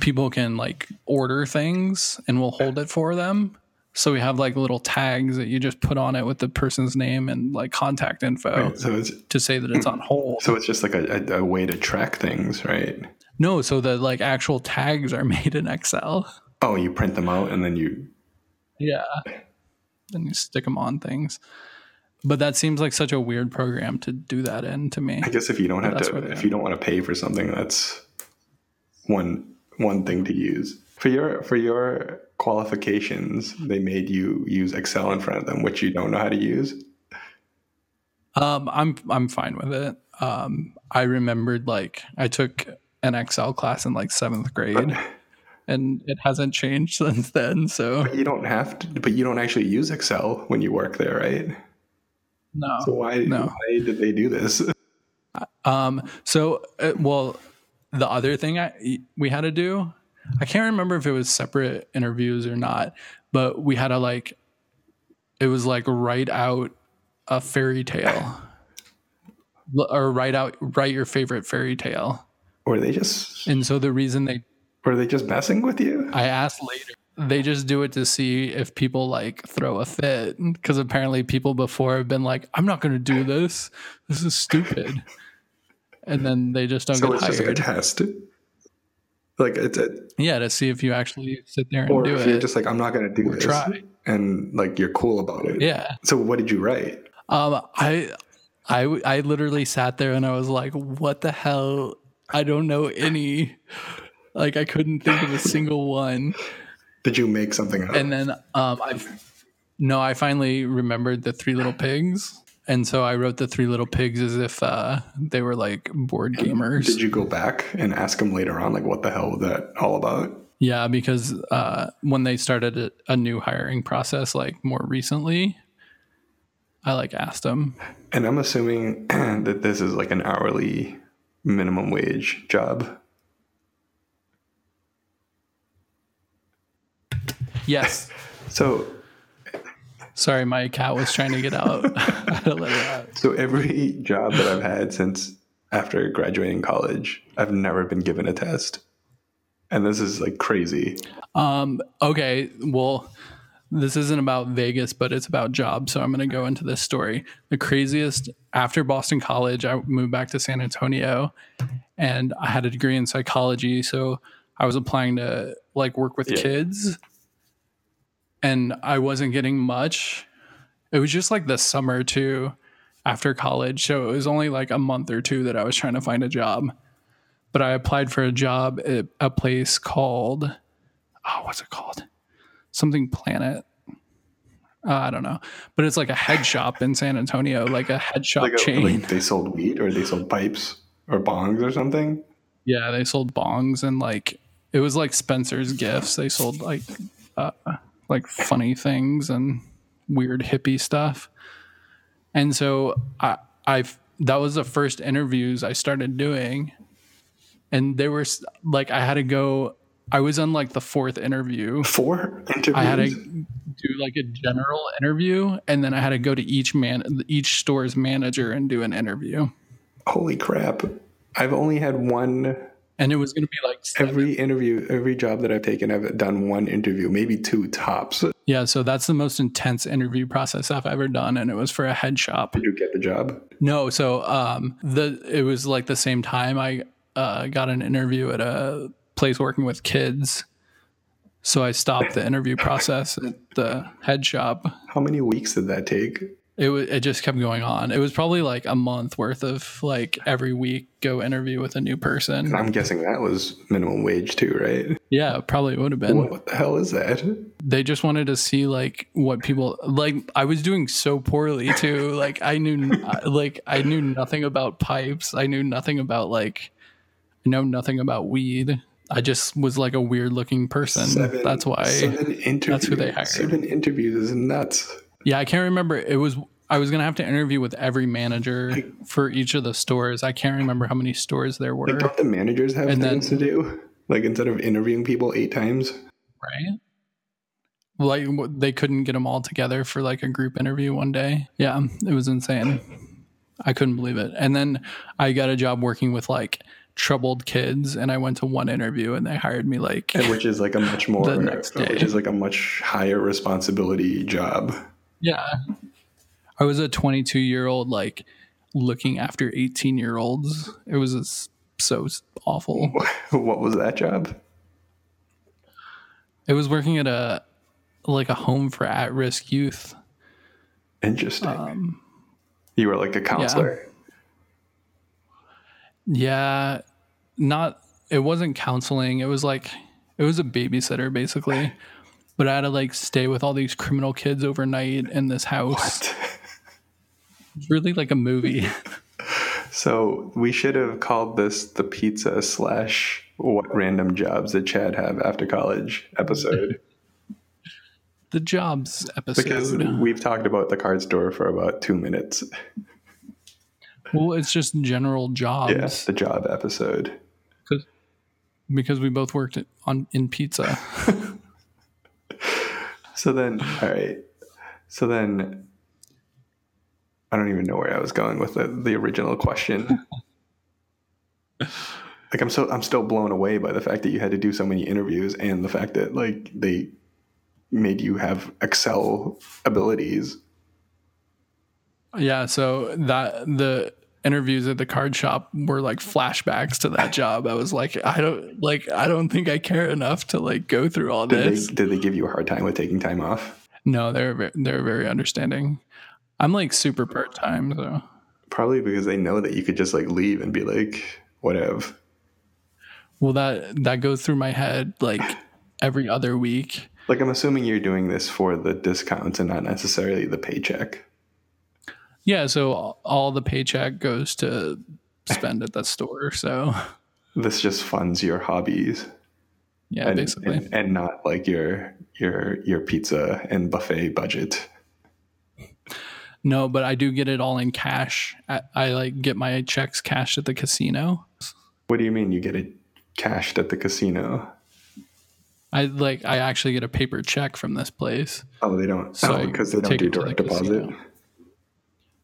S2: people can like order things and we'll hold it for them. So we have like little tags that you just put on it with the person's name and like contact info
S1: So it's
S2: to say that it's on hold.
S1: so it's just like a, a, a way to track things, right?
S2: No, so the like actual tags are made in Excel.
S1: Oh, you print them out and then you
S2: Yeah. And you stick them on things. But that seems like such a weird program to do that in to me.
S1: I guess if you don't have
S2: That's
S1: to
S2: where they
S1: if
S2: are.
S1: you don't want to pay for something, that's one one thing to use. For your for your qualifications, they made you use Excel in front of them, which you don't know how to use.
S2: Um, I'm I'm fine with it. Um, I remembered like I took an Excel class in like seventh grade, and it hasn't changed since then. So
S1: You don't have to, but you don't actually use Excel when you work there, right?
S2: no.
S1: So why
S2: No.
S1: why did they do this?
S2: Um, so uh, well, the other thing I we had to do, I can't remember if it was separate interviews or not, but we had to like, it was like write out a fairy tale, L- or write out write your favorite fairy tale.
S1: Were they just
S2: And so the reason they
S1: were they just messing with you?
S2: I asked later. They just do it to see if people like throw a fit because apparently people before have been like, "I'm not going to do this. This is stupid," and then they just don't
S1: So
S2: get
S1: it's just like a
S2: hired.
S1: test. Like it's a,
S2: yeah, to see if you actually sit there and
S1: or
S2: do
S1: if you're
S2: it.
S1: just like I'm not going to do this,
S2: try.
S1: and like you're cool about it.
S2: yeah.
S1: So what did you write?
S2: Um. I, I, w- I literally sat there and I was like, "What the hell? I don't know any." Like I couldn't think of a single one.
S1: Did you make something up?
S2: and then um, I no, I finally remembered the Three Little Pigs, and so I wrote the Three Little Pigs as if uh, they were like board gamers.
S1: Did you go back and ask him later on, like, what the hell was that all about?
S2: yeah, because uh, when they started a, a new hiring process, like more recently, I like asked them.
S1: And I'm assuming that this is like an hourly minimum wage job.
S2: Yes,
S1: So,
S2: sorry, my cat was trying to get out. I had to let her out.
S1: so every job that I've had since after graduating college, I've never been given a test. And this is like crazy.
S2: Um, okay, well, this isn't about Vegas, but it's about jobs. So I'm going to go into this story. The craziest after Boston College, I moved back to San Antonio and I had a degree in psychology. So I was applying to like work with
S1: Yeah.
S2: kids and I wasn't getting much. It was just like the summer too after college. So it was only like a month or two that I was trying to find a job. But I applied for a job at a place called oh, what's it called? Something Planet. Uh, I don't know, but it's like a head shop in San Antonio, like a head shop
S1: Like, a-
S2: chain.
S1: like they sold weed or they sold pipes or bongs or something.
S2: yeah, they sold bongs and like it was like Spencer's gifts. They sold like uh, like funny things and weird hippie stuff. And so I I that was the first interviews I started doing, and they were s- like I had to go. I was on like the fourth interview.
S1: Four interviews.
S2: I had to do like a general interview, and then I had to go to each man, each store's manager, and do an interview.
S1: Holy crap. I've only had one
S2: And it was going to be like, seven-
S1: every interview, every job that I've taken, I've done one interview, maybe two tops. Did
S2: yeah. So that's the most intense interview process I've ever done, and it was for a head shop.
S1: you get the job?
S2: No, so um, the it was like the same time I uh, got an interview at a place working with kids. So I stopped the interview process at the head shop.
S1: How many weeks did that take?
S2: It was it just kept going on. It was probably like a month worth of like every week go interview with a new person.
S1: I'm guessing that was minimum wage too, right?
S2: Yeah, probably would have been.
S1: What, what the hell is that?
S2: They just wanted to see like what people like. I was doing so poorly too. Like I knew, uh, like I knew nothing about pipes. I knew nothing about like, I know nothing about weed. I just was like a weird looking person.
S1: Seven-
S2: that's why.
S1: seven interviews.
S2: that's who they hired.
S1: Seven interviews is nuts.
S2: Yeah, I can't remember. It was I was gonna have to interview with every manager for each of the stores. I can't remember how many stores there were.
S1: Like, don't the managers have
S2: And
S1: things to do? Like, instead of interviewing people eight times,
S2: right? Like w- they couldn't get them all together for like a group interview one day. Yeah, it was insane. I couldn't believe it. And then I got a job working with like troubled kids, and I went to one interview, and they hired me like
S1: and which is like a much more,
S2: The next day.
S1: which is like a much higher responsibility job.
S2: yeah. I was a 22 year old like looking after 18 year olds. It was s- so s- awful.
S1: what was that job?
S2: It was working at a like a home for at risk youth.
S1: Interesting.
S2: Um,
S1: you were like a counselor.
S2: Yeah, not it wasn't counseling. It was like it was a babysitter basically. But I had to like stay with all these criminal kids overnight in this house. It's Really like a movie.
S1: So we should have called this the pizza slash what random jobs did Chad have after college episode
S2: the jobs
S1: because
S2: episode.
S1: we've talked about the card store for about two minutes.
S2: well, it's just general jobs
S1: Yes, the job episode.
S2: because we both worked at- on in pizza.
S1: So then, all right. So then, I don't even know where I was going with the, the original question. like I'm so I'm still blown away by the fact that you had to do so many interviews and the fact that like they made you have Excel abilities.
S2: Yeah, so that the interviews at the card shop were like flashbacks to that job. I was like, I don't like I don't think I care enough to like go through all
S1: Did
S2: this.
S1: they did they give you a hard time with taking time off?
S2: No, they're ve- they're very understanding. I'm like super part time, so
S1: Probably because they know that you could just like leave and be like whatever.
S2: well that that goes through my head like every other week.
S1: Like I'm assuming you're doing this for the discounts and not necessarily the paycheck.
S2: Yeah, so all- all the paycheck goes to spend at that store. So
S1: This just funds your hobbies.
S2: yeah,
S1: and,
S2: basically.
S1: and, and not like your your your pizza and buffet budget
S2: No, but I do get it all in cash. I, I like get my checks cashed at the casino.
S1: what do you mean you get it cashed at the casino
S2: I like I actually get a paper check from this place.
S1: oh they don't
S2: So
S1: oh, because they don't
S2: take
S1: do
S2: it to the
S1: direct deposit
S2: casino.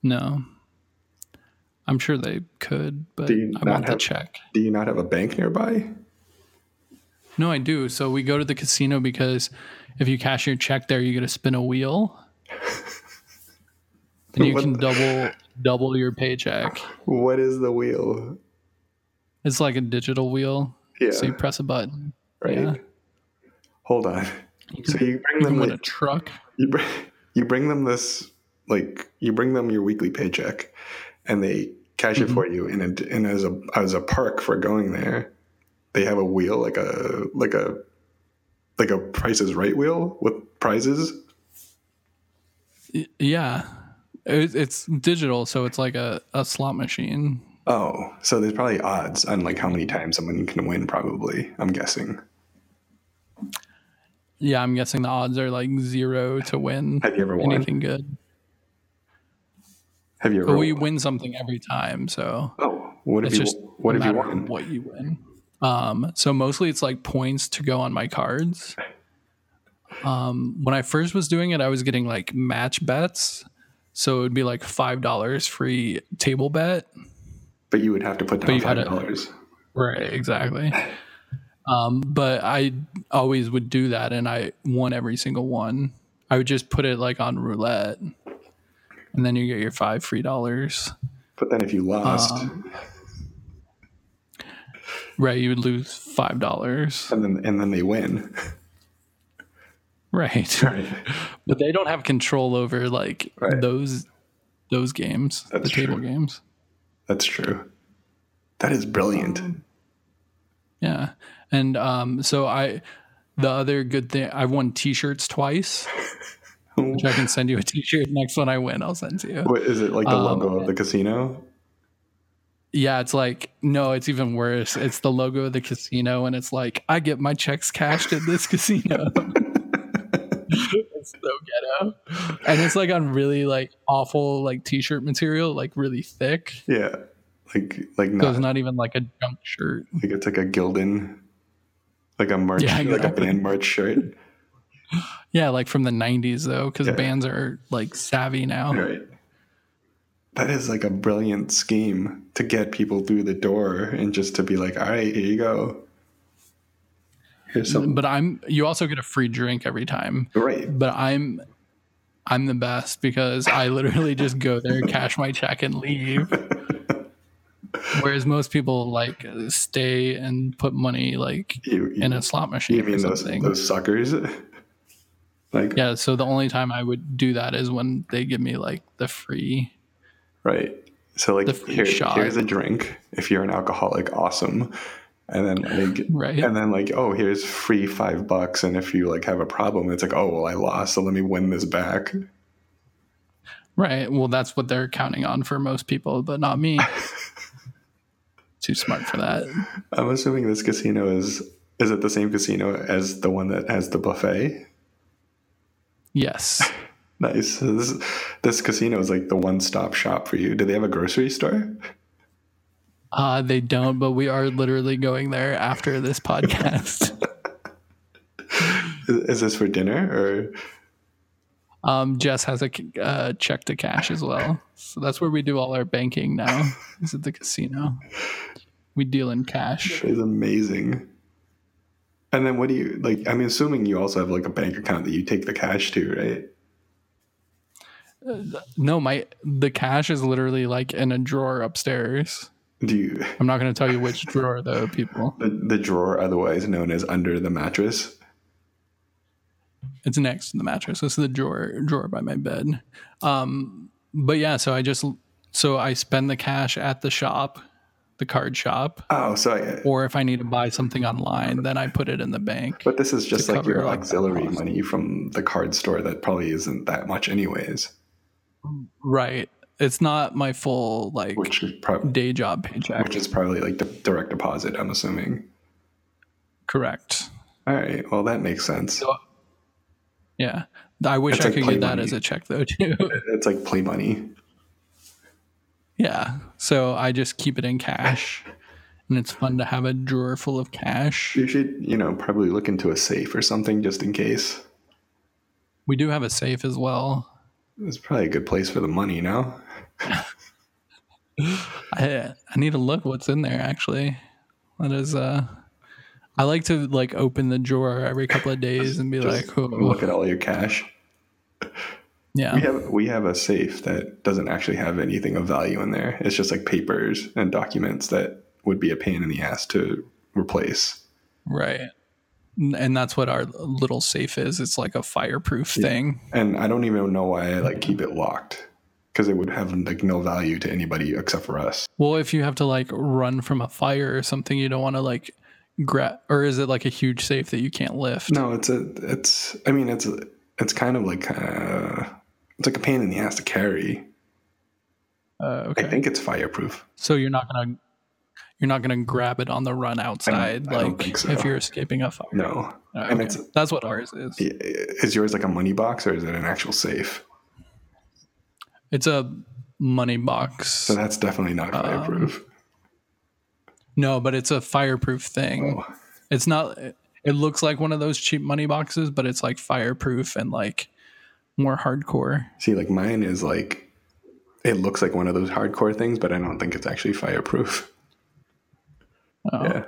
S2: No. I'm sure they could, but
S1: Do you
S2: I
S1: not
S2: want the
S1: have-
S2: check.
S1: do you not have a bank nearby
S2: No, I do. So we go to the casino because if you cash your check there, you get to spin a wheel. And you
S1: What
S2: can
S1: the-
S2: double double your paycheck.
S1: what is the wheel
S2: It's like a digital wheel.
S1: yeah
S2: So you press a button.
S1: right
S2: yeah.
S1: hold on so you bring
S2: You
S1: them
S2: can win
S1: like,
S2: a truck.
S1: you, bring, you bring them this like you bring them your weekly paycheck and they cash
S2: Mm-hmm.
S1: it for you and, it, and as a as a perk for going there they have a wheel like a like a like a price is right wheel with prizes
S2: Y- Yeah. It- It's digital, so it's like a, a slot machine.
S1: oh so there's probably odds on like how many times someone can win probably i'm guessing
S2: Yeah, I'm guessing the odds are like zero to win
S1: have you ever won
S2: anything good.
S1: have you
S2: But
S1: ever
S2: we win something every time, so
S1: oh what have
S2: it's
S1: you
S2: just
S1: what
S2: a
S1: have you
S2: matter of
S1: won
S2: what you win. Um, so mostly it's like points to go on my cards. Um, when I first was doing it, I was getting like match bets, so it would be like five dollars free table bet.
S1: but you would have to put down
S2: you had
S1: five
S2: a-
S1: dollars
S2: Right, exactly. Um, but I always would do that, and I won every single one. I would just put it like on roulette, and then you get your five free dollars.
S1: but then if you lost
S2: Uh, Right, you would lose five dollars.
S1: and then and then they win
S2: Right, but they don't have control over like
S1: Right.
S2: those those games,
S1: That's
S2: the table
S1: true.
S2: games.
S1: That's true. That is brilliant.
S2: Um, Yeah. And um, so I, the other good thing, I've won T-shirts twice. which I can send you a T-shirt. Next one I win, I'll send to you.
S1: what is it like the logo of the casino?
S2: yeah, it's like no, it's even worse. It's the logo of the casino, and it's like I get my checks cashed at this casino. it's so ghetto, and it's like on really like awful like t-shirt material, like really thick.
S1: Yeah, like like
S2: So
S1: not,
S2: it's not even like a junk shirt.
S1: like it's like a Gildan, like a march,
S2: Yeah,
S1: like a
S2: exactly.
S1: band march shirt.
S2: Yeah, like from the '90s though, because
S1: Yeah.
S2: bands are like savvy now.
S1: Right. That is like a brilliant scheme to get people through the door and just to be like, all right, here you go. Here's some
S2: But I'm. You also get a free drink every time.
S1: right.
S2: but I'm I'm the best because I literally just go there, cash my check, and leave. Whereas most people like stay and put money like
S1: You, you,
S2: in a slot machine
S1: you mean
S2: or
S1: those,
S2: something.
S1: those suckers? like,
S2: yeah, so the only time I would do that is when they give me like the free.
S1: right. So like,
S2: The free
S1: here,
S2: shot.
S1: here's a drink. If you're an alcoholic, awesome. And then like,
S2: Right.
S1: and then like, oh, here's free five bucks. And if you like have a problem, it's like, oh, well, I lost, so let me win this back.
S2: Right. Well, that's what they're counting on for most people, but not me. Too smart for that.
S1: I'm assuming this casino is is it the same casino as the one that has the buffet?
S2: Yes.
S1: Nice. So This this casino is like the one stop shop for you. Do they have a grocery store?
S2: Uh, they don't, but we are literally going there after this podcast.
S1: Is, is this for dinner or
S2: Um, Jess has a c- uh, check to cash as well, so that's where we do all our banking now. Is at the casino. We deal in cash.
S1: is amazing? And then what do you like? I'm assuming you also have like a bank account that you take the cash to, right?
S2: No, my the cash is literally like in a drawer upstairs.
S1: Do you
S2: I'm not going to tell you which drawer though, people.
S1: the, the drawer otherwise known as under the mattress?
S2: It's next to the mattress. It's the drawer drawer by my bed. Um, but yeah, so I just so I spend the cash at the shop, the card shop,
S1: Oh, so I,
S2: or if I need to buy something online, then I put it in the bank.
S1: but this is just like
S2: cover,
S1: your
S2: like, that
S1: auxiliary
S2: cost.
S1: money from the card store that probably isn't that much anyways,
S2: Right. It's not my full like
S1: which is probably
S2: day job paycheck.
S1: which is probably like the direct deposit i'm assuming
S2: Correct.
S1: all right well that makes sense
S2: So, yeah, I wish
S1: That's
S2: I
S1: like
S2: could
S1: play
S2: get that
S1: money.
S2: as a check though too.
S1: it's like play money
S2: yeah, so I just keep it in cash, and it's fun to have a drawer full of cash.
S1: you should you know probably look into a safe or something just in case
S2: We do have a safe as well.
S1: it's probably a good place for the money now
S2: I I need to look what's in there actually. That is uh. I like to like open the drawer every couple of days and be like, oh,
S1: look at all your cash
S2: yeah,
S1: we have we have a safe that doesn't actually have anything of value in there it's just like papers and documents that would be a pain in the ass to replace
S2: Right. N- And that's what our little safe is. It's like a fireproof thing.
S1: and i don't even know why i like keep it locked because it would have like no value to anybody except for us
S2: Well, if you have to like run from a fire or something, you don't want to like grab, or is it like a huge safe that you can't lift?
S1: No, it's a it's. I mean, it's it's kind of like uh, it's like a pain in the ass to carry.
S2: Uh,
S1: I
S2: okay.
S1: think it's fireproof.
S2: So you're not going to. You're not going to grab it on the run outside,
S1: I don't
S2: like
S1: think so.
S2: if you're escaping a fire.
S1: No,
S2: Uh,
S1: and
S2: okay.
S1: it's
S2: That's what ours is.
S1: is yours like a money box or is it an actual safe?
S2: It's a money box.
S1: So that's definitely not
S2: Um,
S1: fireproof.
S2: No, but it's a fireproof thing.
S1: Oh.
S2: It's not. It looks like one of those cheap money boxes, but it's like fireproof and like more hardcore.
S1: See, like mine is like it looks like one of those hardcore things, but I don't think it's actually fireproof.
S2: Oh.
S1: Yeah,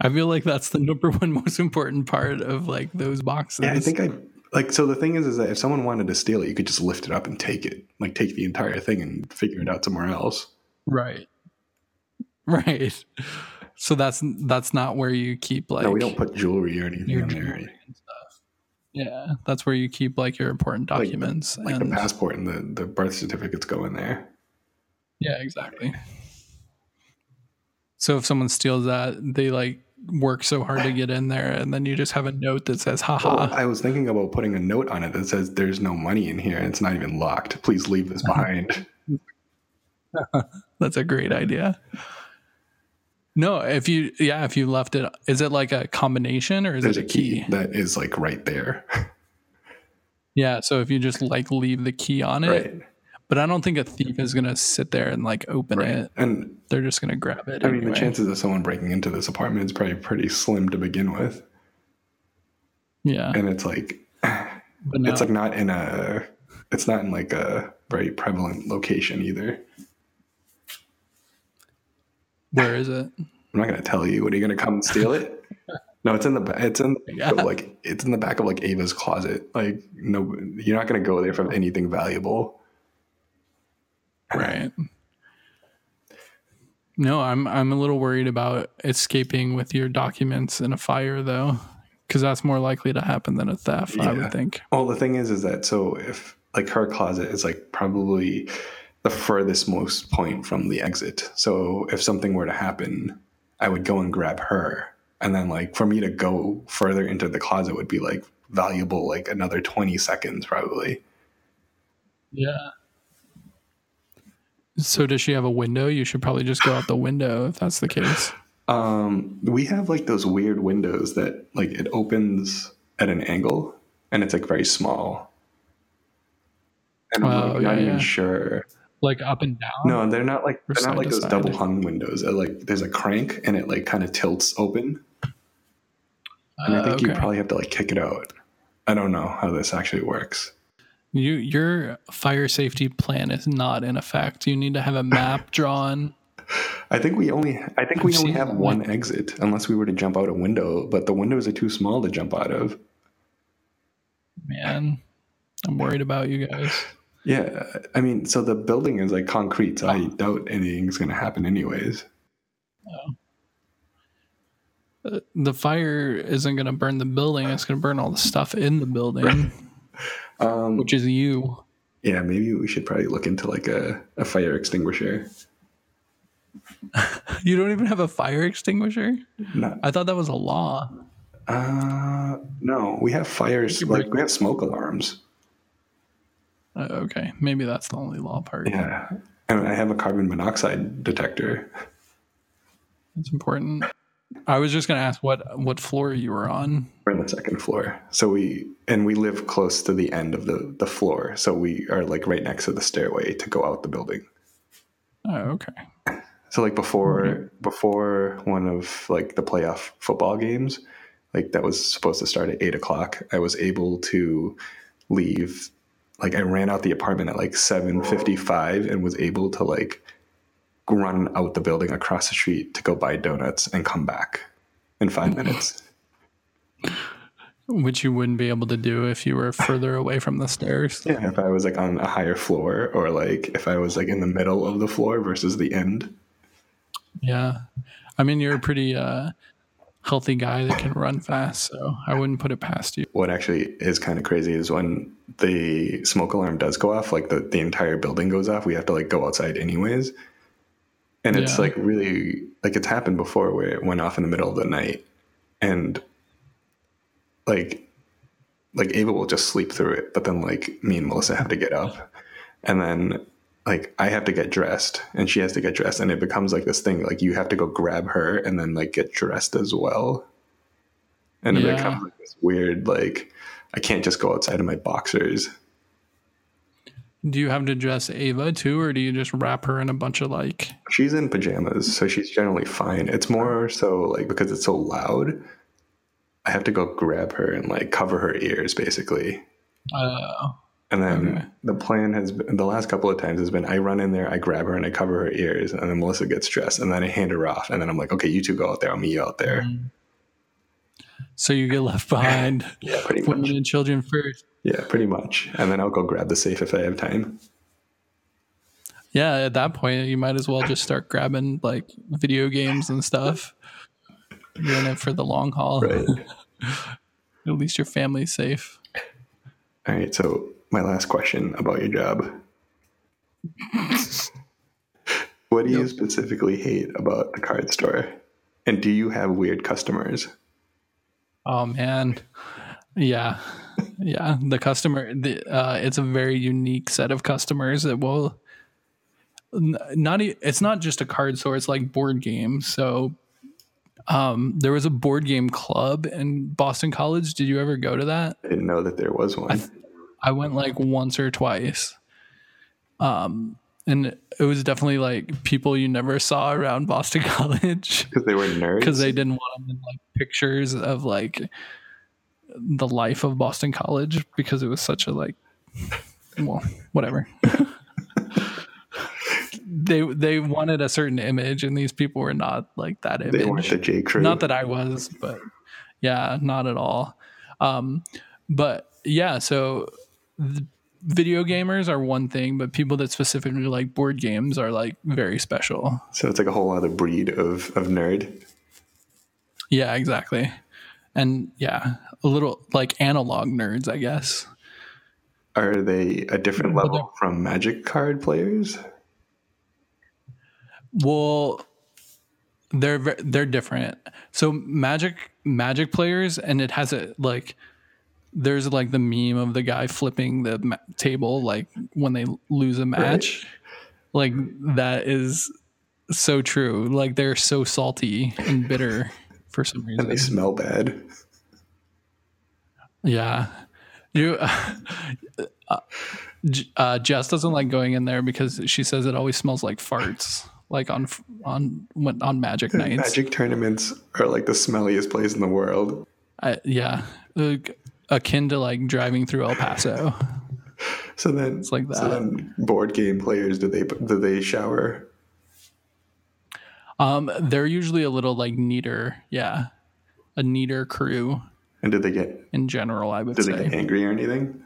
S2: I feel like that's the number one most important part of like those boxes.
S1: yeah. I think I like. So the thing is, is that if someone wanted to steal it, you could just lift it up and take it, like take the entire thing and figure it out somewhere else.
S2: right, right. So that's that's not where you keep like
S1: no, we don't put jewelry or anything
S2: your
S1: in there.
S2: jewelry and stuff. Yeah, that's where you keep like your important
S1: Like-
S2: documents
S1: like
S2: and
S1: the passport and the, the birth certificates go in there.
S2: yeah, exactly. So if someone steals that, they like work so hard to get in there, and then you just have a note that says
S1: Oh,
S2: "haha."
S1: I was thinking about putting a note on it that says there's no money in here and it's not even locked. Please leave this behind.
S2: That's a great idea. No, if you yeah, if you left it, is it like a combination or is
S1: There's
S2: it
S1: a key that is like right there,
S2: Yeah, so if you just like leave the key on it,
S1: right?
S2: but I don't think a thief is gonna sit there and like open
S1: Right.
S2: it.
S1: And
S2: They're just gonna grab it.
S1: I mean,
S2: anyway.
S1: the chances of someone breaking into this apartment is probably pretty slim to begin with.
S2: yeah,
S1: And it's like
S2: but no.
S1: it's like not in a it's not in like a very prevalent location either.
S2: where is it?
S1: I'm not gonna tell you. What are you gonna come and steal it? no, it's in the ba- it's in
S2: Yeah.
S1: of like it's in the back of like Ava's closet. Like no, you're not gonna go there for anything valuable.
S2: Right. No, I'm I'm a little worried about escaping with your documents in a fire though, because that's more likely to happen than a theft. I
S1: Yeah.
S2: would think.
S1: Well, the thing is, is that so if like her closet is like probably the furthest most point from the exit. So if something were to happen, I would go and grab her, and then like for me to go further into the closet would be like valuable, like another twenty seconds probably.
S2: Yeah. So does she have a window? You should probably just go out the window if that's the case.
S1: Um, we have like those weird windows that like it opens at an angle, and it's like very small. And I'm
S2: Oh,
S1: like, not
S2: yeah,
S1: even
S2: yeah.
S1: sure.
S2: Like up and down?
S1: No, they're not like they're
S2: side
S1: not like
S2: to
S1: those
S2: side.
S1: double hung windows. They're like there's a crank and it like kind of tilts open, and I
S2: Uh,
S1: think you probably have to like kick it out. I don't know how this actually works.
S2: You your fire safety plan is not in effect. You need to have a map drawn.
S1: I think we only I think we
S2: I've
S1: only
S2: seen
S1: have
S2: that,
S1: one exit unless we were to jump out a window, but the windows are too small to jump out of.
S2: Man, I'm worried about you guys.
S1: Yeah, I mean, so the building is like concrete, so I doubt anything's going to happen anyways.
S2: Uh, The fire isn't going to burn the building. It's going to burn all the stuff in the building,
S1: Um,
S2: which is you.
S1: yeah, maybe we should probably look into like a, a fire extinguisher.
S2: You don't even have a fire extinguisher?
S1: No,
S2: I thought that was a law.
S1: uh, no, we have fires like we have smoke alarms.
S2: Uh, okay, maybe that's the only law part.
S1: Yeah, and I have a carbon monoxide detector.
S2: It's important. I was just going to ask what what floor you were on.
S1: We're on the second floor, so we and we live close to the end of the the floor, so we are like right next to the stairway to go out the building.
S2: Oh, okay.
S1: So like before before one of like the playoff football games, like that was supposed to start at eight o'clock. I was able to leave. Like I ran out the apartment at like seven fifty five and was able to like run out the building across the street to go buy donuts and come back in five minutes.
S2: Which you wouldn't be able to do if you were further away from the stairs.
S1: Yeah. If I was like on a higher floor or like if I was like in the middle of the floor versus the end.
S2: Yeah. I mean, you're a pretty uh, healthy guy that can run fast, so I wouldn't put it past you.
S1: what actually is kind of crazy is when the smoke alarm does go off, like the, the entire building goes off, we have to like go outside anyways. And it's
S2: Yeah.
S1: like really like it's happened before where it went off in the middle of the night and like like Ava will just sleep through it, but then like me and Melissa have to get up and then like I have to get dressed and she has to get dressed and it becomes like this thing like you have to go grab her and then like get dressed as well. And it
S2: Yeah.
S1: becomes like this weird like I can't just go outside in my boxers.
S2: Do you have to dress Ava too, or do you just wrap her in a bunch of like?
S1: She's in pajamas, so she's generally fine. It's more so like because it's so loud, I have to go grab her and like cover her ears basically.
S2: Uh,
S1: And then
S2: Okay.
S1: the plan has been the last couple of times has been I run in there, I grab her and I cover her ears, and then Melissa gets dressed, and then I hand her off, and then I'm like, okay, you two go out there, I'll meet you out there.
S2: Mm-hmm. so you get left behind.
S1: Yeah, pretty much.
S2: Women and children first.
S1: Yeah, pretty much. And then I'll go grab the safe if I have time.
S2: Yeah, at that point, you might as well just start grabbing like video games and stuff. You're in it for the long haul. At least your family's safe.
S1: All right. So my last question about your job. what do you specifically hate about the card store? And do you have weird customers?
S2: Oh man, yeah, yeah. The customer, the, uh, it's a very unique set of customers that will n- not. e- It's not just a card store; it's like board games. So Um, there was a board game club in Boston College. Did you ever go to that?
S1: I didn't know that there was one.
S2: I, th- I went like once or twice. Um, and it was definitely like people you never saw around Boston College
S1: Because they were nerds.
S2: because they didn't want them in like pictures of like the life of Boston College because it was such a like well whatever they they wanted a certain image and these people were not like that image
S1: they weren't the J crew.
S2: not that I was, but yeah, not at all. Um, but yeah, so th- video gamers are one thing, but people that specifically like board games are like very special.
S1: so it's like a whole other breed of of nerd.
S2: Yeah, exactly. And yeah, a little like analog nerds, I guess.
S1: Are they a different
S2: Mm-hmm.
S1: level from Magic card players?
S2: Well, they're ve- they're different. So magic magic players, and it has a like. There's like the meme of the guy flipping the ma- table, like when they lose a match. Like that is so true. Like they're so salty and bitter for some reason.
S1: And they smell bad.
S2: Yeah. You, uh, J- uh, Jess doesn't like going in there because she says it always smells like farts, like on f- on when, on magic nights.
S1: Magic tournaments are like the smelliest place in the world.
S2: I, yeah, like, akin to like driving through El Paso.
S1: So then,
S2: like
S1: so
S2: that.
S1: then board game players do they do they shower?
S2: Um, they're usually a little like neater, yeah, a neater crew
S1: And do they get
S2: in general. I would
S1: do
S2: say
S1: they get angry or anything?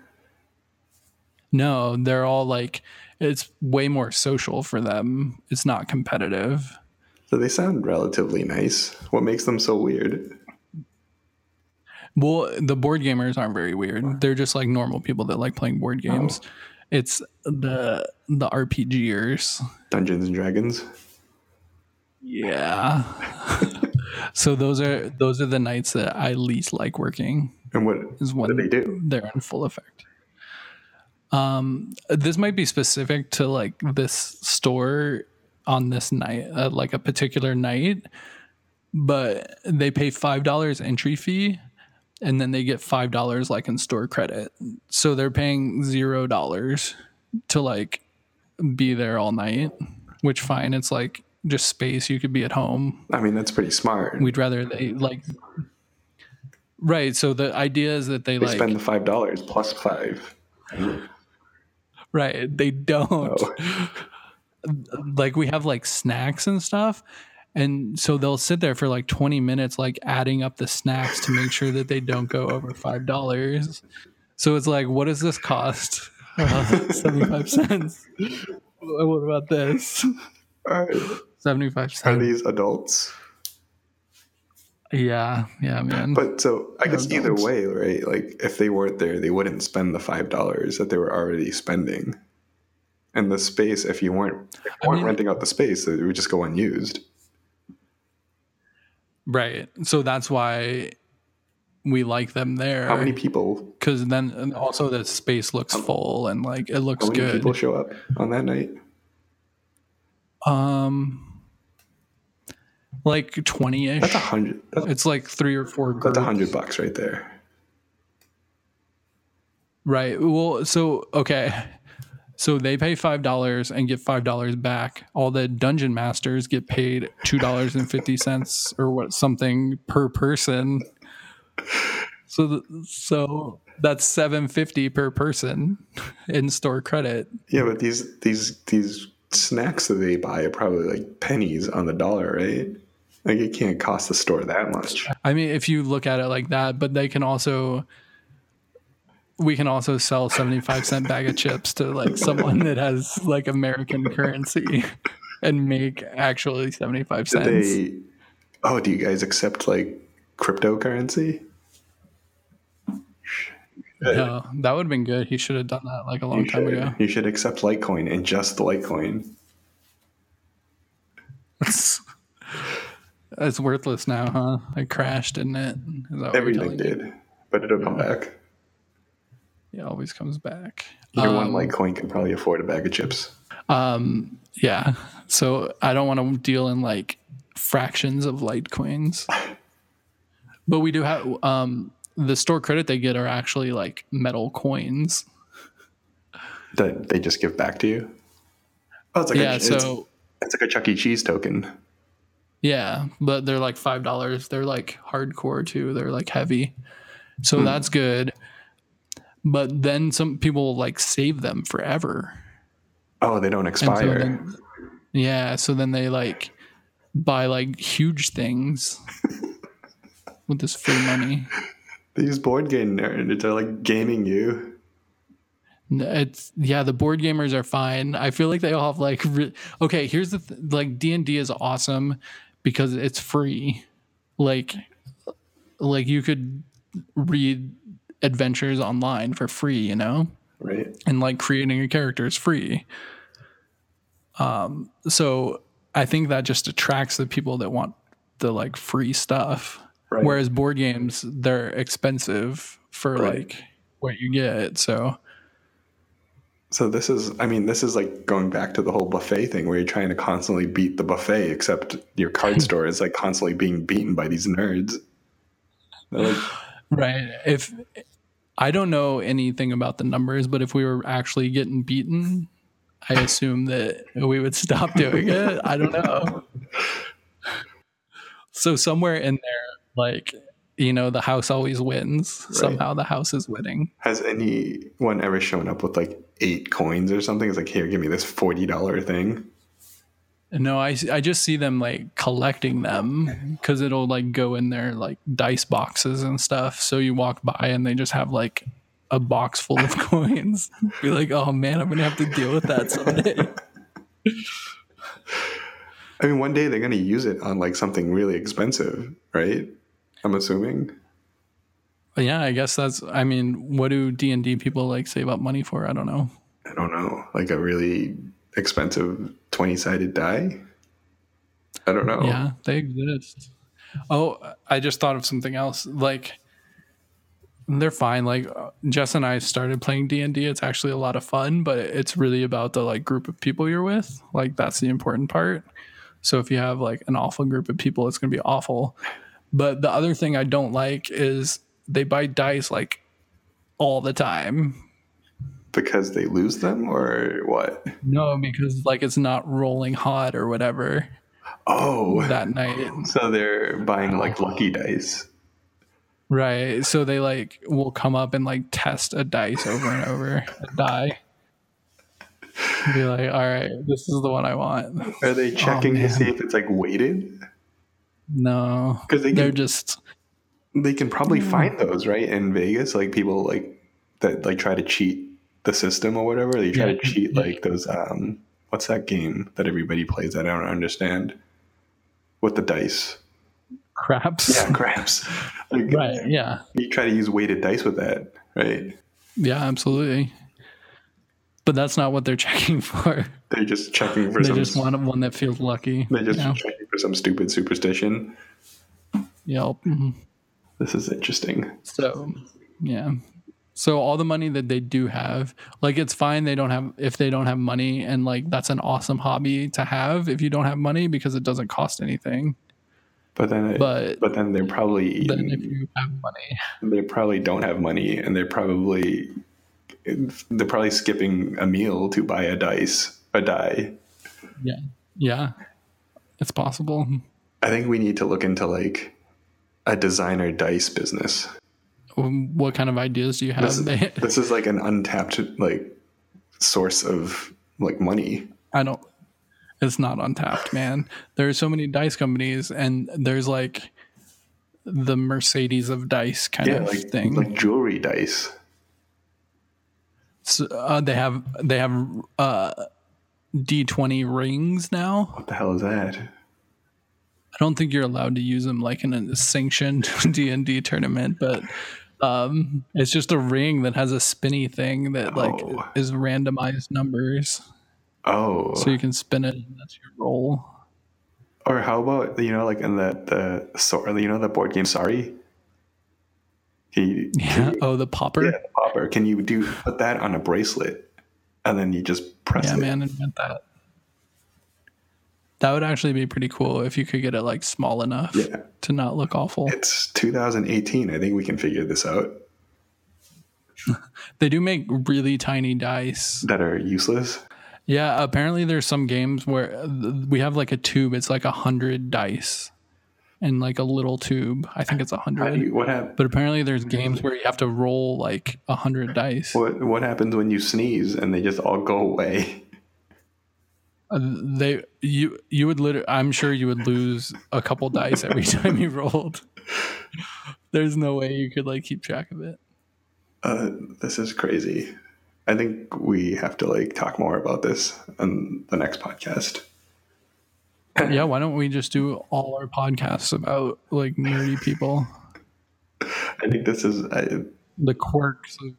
S2: no, they're all like it's way more social for them. It's not competitive.
S1: So they sound relatively nice. What makes them so weird?
S2: Well, the board gamers aren't very weird. They're just like normal people that like playing board
S1: Oh.
S2: games. It's the the RPGers.
S1: Dungeons and Dragons.
S2: Yeah. so those are those are the nights that I least like working.
S1: And what
S2: Is
S1: what
S2: when
S1: do they do?
S2: they're in full effect. Um, this might be specific to like this store on this night, uh, like a particular night, but they pay five dollars entry fee, and then they get five dollars like in store credit. So they're paying zero dollars to like be there all night, which fine. It's like just space. You could be at home
S1: I mean, that's pretty smart.
S2: we'd rather they like right so the idea is that they,
S1: they
S2: like
S1: spend the five dollars plus five.
S2: right they don't
S1: Oh.
S2: like we have like snacks and stuff and so they'll sit there for like 20 minutes like adding up the snacks to make sure that they don't go over five dollars so it's like what does this cost Uh, 75 cents what about this
S1: Are,
S2: 75
S1: are
S2: cents
S1: these adults?
S2: yeah yeah man
S1: But so I guess either
S2: Adults.
S1: way, right? Like if they weren't there, they wouldn't spend the five dollars that they were already spending. And the space, if you weren't if you
S2: I
S1: weren't
S2: mean-
S1: renting out the space, it would just go unused.
S2: right so that's why we like them there
S1: How many people?
S2: because then and also the space looks full and like it looks
S1: How many people
S2: good.
S1: show up on that night?
S2: Um, like twenty ish.
S1: That's a hundred. That's,
S2: It's like three or four groups,
S1: that's a hundred bucks right there.
S2: right? Well, so okay, so they pay five dollars and get five dollars back. All the dungeon masters get paid two dollars and fifty cents or what something per person. So th- so that's seven fifty per person in store credit.
S1: Yeah, but these these these snacks that they buy are probably like pennies on the dollar, right? Like it can't cost the store that much.
S2: I mean, if you look at it like that, but they can also, we can also sell 75 cent bag of chips to like someone that has like American currency and make actually
S1: Did
S2: 75 cents.
S1: they? Oh, do you guys accept like cryptocurrency?
S2: No, that would have been good. He should have done that like a long
S1: You
S2: time
S1: should,
S2: ago.
S1: you should accept Litecoin and just Litecoin.
S2: it's worthless now, huh? It crashed, didn't it? Is that what you're
S1: Everything
S2: telling me?
S1: did, but it'll come back.
S2: It always comes back.
S1: Your
S2: Um,
S1: one Litecoin can probably afford a bag of chips.
S2: Yeah. So I don't want to deal in like fractions of Litecoins. But we do have um, the store credit they get are actually like metal coins.
S1: That they just give back to you. Oh, it's like
S2: yeah,
S1: a, it's,
S2: so
S1: it's like a Chuck E. Cheese token.
S2: yeah, but they're like five dollars. They're like hardcore too. They're like heavy,
S1: Hmm.
S2: so that's good. But then some people like save them forever.
S1: Oh, they don't
S2: And so
S1: expire.
S2: then- yeah, so then they like buy like huge things with this free money.
S1: These board game nerds are like gaming you.
S2: N- It's yeah, the board gamers are fine. I feel like they all have like re- okay. Here's the th- like D and D is awesome because it's free. Like, like you could read adventures online for free. You know.
S1: Right.
S2: and like creating a character is free. Um, so I think that just attracts the people that want the like free stuff.
S1: Right.
S2: Whereas board games, they're expensive for
S1: Right.
S2: like what you get. So
S1: So this is I mean, this is like going back to the whole buffet thing where you're trying to constantly beat the buffet, except your card store is like constantly being beaten by these nerds. They're like,
S2: right, if I don't know anything about the numbers, but if we were actually getting beaten, I assume that we would stop doing it. I don't know. So somewhere in there, like you know, the house always wins. Somehow, the house is winning.
S1: has anyone ever shown up with like eight coins or something? It's like, here, give me this forty dollar thing.
S2: No, I I just see them like collecting them because it'll like go in their like dice boxes and stuff. So you walk by and they just have like a box full of coins. You're like, oh man, I'm gonna have to deal with that someday.
S1: I mean, one day they're gonna use it on like something really expensive, right? I'm assuming.
S2: But yeah, I guess that's. I mean, what do D and D people like save up money for? I don't know.
S1: I don't know, like a really expensive twenty sided die. I don't know.
S2: Yeah, they exist. Oh, I just thought of something else. Like, they're fine. Like uh, Jess and I started playing D and D. It's actually a lot of fun, but it's really about the like group of people you're with. Like that's the important part. So if you have like an awful group of people, it's gonna be awful. But the other thing I don't like is they buy dice like all the time.
S1: Because they lose them or what?
S2: No, because like it's not rolling hot or whatever
S1: Oh,
S2: that night.
S1: so they're buying like lucky dice.
S2: Right. So they like will come up and like test a dice over and over, a die. Be like, all right, this is the one I want.
S1: Are they checking to
S2: Oh, man.
S1: see if it's like weighted?
S2: No,
S1: 'Cause they
S2: they're
S1: can-
S2: just
S1: They can probably
S2: Hmm.
S1: find those right in Vegas. Like people like that like try to cheat the system or whatever. They try to
S2: Yeah.
S1: cheat like those. um What's that game that everybody plays? that I don't understand. With the dice,
S2: craps.
S1: yeah, craps. Like,
S2: Right. Yeah.
S1: You try to use weighted dice with that, right?
S2: Yeah. Absolutely. But that's not what they're checking for.
S1: They're just checking for
S2: They
S1: some.
S2: just want one that feels lucky.
S1: they're just
S2: you know?
S1: checking for some stupid superstition.
S2: Yelp. Mhm.
S1: This is interesting.
S2: So, yeah. So all the money that they do have, like it's fine they don't have if they don't have money and like that's an awesome hobby to have if you don't have money because it doesn't cost anything.
S1: But then, it,
S2: But
S1: but then they're probably
S2: then if
S1: eating,
S2: you have money,
S1: they probably don't have money, and they're probably they're probably skipping a meal to buy a dice a die.
S2: yeah. Yeah. It's possible.
S1: I think we need to look into like a designer dice business.
S2: Um, What kind of ideas do you have?
S1: This,
S2: They-
S1: this is like an untapped like source of like money.
S2: I don't. It's not untapped, man. There are so many dice companies, and there's like the Mercedes of dice kind
S1: Yeah,
S2: of
S1: like
S2: thing.
S1: like jewelry dice.
S2: So, uh, they have they have uh, D twenty rings now.
S1: What the hell is that?
S2: I don't think you're allowed to use them like in a sanctioned D and D tournament, but um, it's just a ring that has a spinny thing that like
S1: Oh.
S2: is randomized numbers,
S1: Oh,
S2: so you can spin it and that's your roll.
S1: or how about you know like in the the sorry you know the board game sorry. Can you,
S2: Yeah. Oh, the popper.
S1: Yeah, the popper. Can you do put that on a bracelet, and then you just press
S2: Yeah,
S1: it?
S2: man, invent that. That would actually be pretty cool if you could get it like small enough
S1: Yeah.
S2: to not look awful.
S1: It's 2018. I think we can figure this out.
S2: They do make really tiny dice.
S1: That are useless.
S2: Yeah, apparently there's some games where uh, th- we have like a tube. It's like a hundred dice, and like a little tube. I think it's a
S1: How do
S2: hundred.
S1: you, what hap-
S2: But apparently there's games where you have to roll like a hundred dice.
S1: What what happens when you sneeze and they just all go away?
S2: Uh, They you you would literally. I'm sure you would lose a couple dice every time you rolled. There's no way you could like keep track of it.
S1: Uh, this is crazy. I think we have to like talk more about this on the next podcast.
S2: Yeah, why don't we just do all our podcasts about like nerdy people,
S1: I think this is I,
S2: the quirks of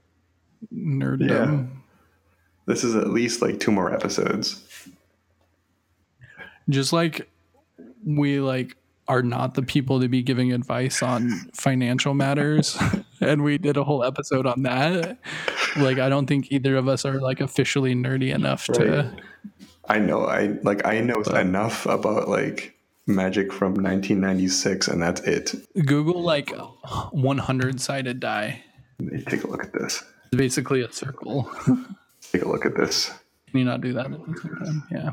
S2: nerddom.
S1: this is at least like two more episodes.
S2: just like we like are not the people to be giving advice on financial matters and we did a whole episode on that like i don't think either of us are like officially nerdy enough to
S1: I know I like I know enough about like magic from 1996 and that's it.
S2: google like 100 sided die
S1: Let me Take a look at this.
S2: it's basically a circle
S1: Take a look at this.
S2: can you not do that at the same time? yeah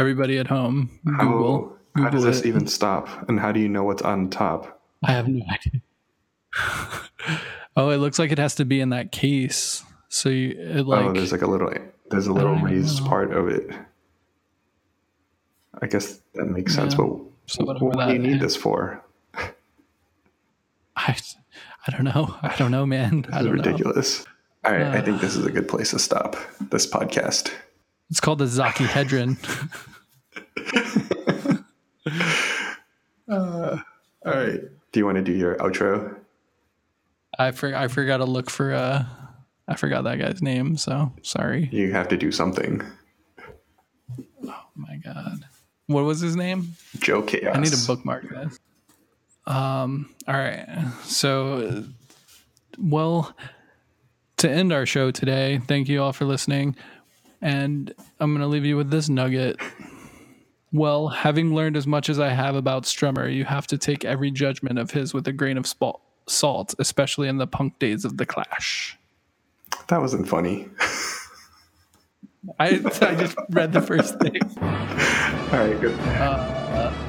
S2: everybody at home
S1: How,
S2: google
S1: how does
S2: Google
S1: this
S2: it.
S1: even stop? And how do you know what's on top?
S2: i have no idea oh it looks like it has to be in that case so you it like
S1: oh, there's like a little there's a little
S2: don't even
S1: raised part of it. I guess that makes sense,
S2: Yeah.
S1: but
S2: so whatever
S1: what do you
S2: that-
S1: need this for?
S2: I, I don't know. I don't know, man.
S1: This
S2: I
S1: is
S2: don't know. Uh.
S1: ridiculous. All right, I think this is a good place to stop this podcast.
S2: It's called the Zaki-hedron.
S1: All right. Do you want to do your outro?
S2: I for, I forgot to look for uh I forgot that guy's name, so sorry.
S1: You have to do something.
S2: Oh my god. What was his name?
S1: Joe Chaos.
S2: I need to bookmark this. Um all right. So well to end our show today, thank you all for listening. And I'm going to leave you with this nugget. Well, having learned as much as I have about Strummer, you have to take every judgment of his with a grain of spa- salt, especially in the punk days of the Clash.
S1: That wasn't funny.
S2: I, I just read the first thing.
S1: All right, good.